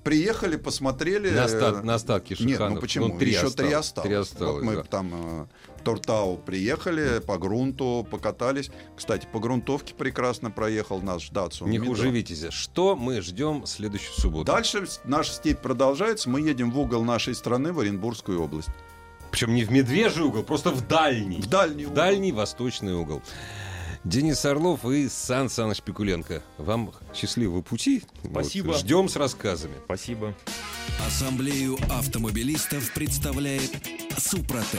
[SPEAKER 2] приехали, посмотрели.
[SPEAKER 1] На, остат-
[SPEAKER 2] э,
[SPEAKER 1] на остатки
[SPEAKER 2] Нет,
[SPEAKER 1] шиханов.
[SPEAKER 2] ну почему?
[SPEAKER 1] три
[SPEAKER 2] Еще
[SPEAKER 1] осталось.
[SPEAKER 2] три осталось.
[SPEAKER 1] Три
[SPEAKER 2] вот
[SPEAKER 1] осталось,
[SPEAKER 2] мы
[SPEAKER 1] да.
[SPEAKER 2] там э, в Тортау приехали, по грунту покатались. Кстати, по грунтовке прекрасно проехал наш Датсун.
[SPEAKER 1] Не
[SPEAKER 2] Мидо.
[SPEAKER 1] хуже Витязя. Что мы ждем следующую субботу?
[SPEAKER 2] Дальше с- наша степь продолжается. Мы едем в угол нашей страны, в Оренбургскую область.
[SPEAKER 1] Причем не в медвежий угол, просто в дальний.
[SPEAKER 2] В дальний
[SPEAKER 1] В
[SPEAKER 2] угол.
[SPEAKER 1] дальний восточный угол. Денис Орлов и Сан Саныч Пикуленко. Вам счастливого пути.
[SPEAKER 3] Спасибо.
[SPEAKER 1] Ждем с рассказами.
[SPEAKER 3] [laughs] Спасибо.
[SPEAKER 4] Ассамблею автомобилистов представляет Супротек.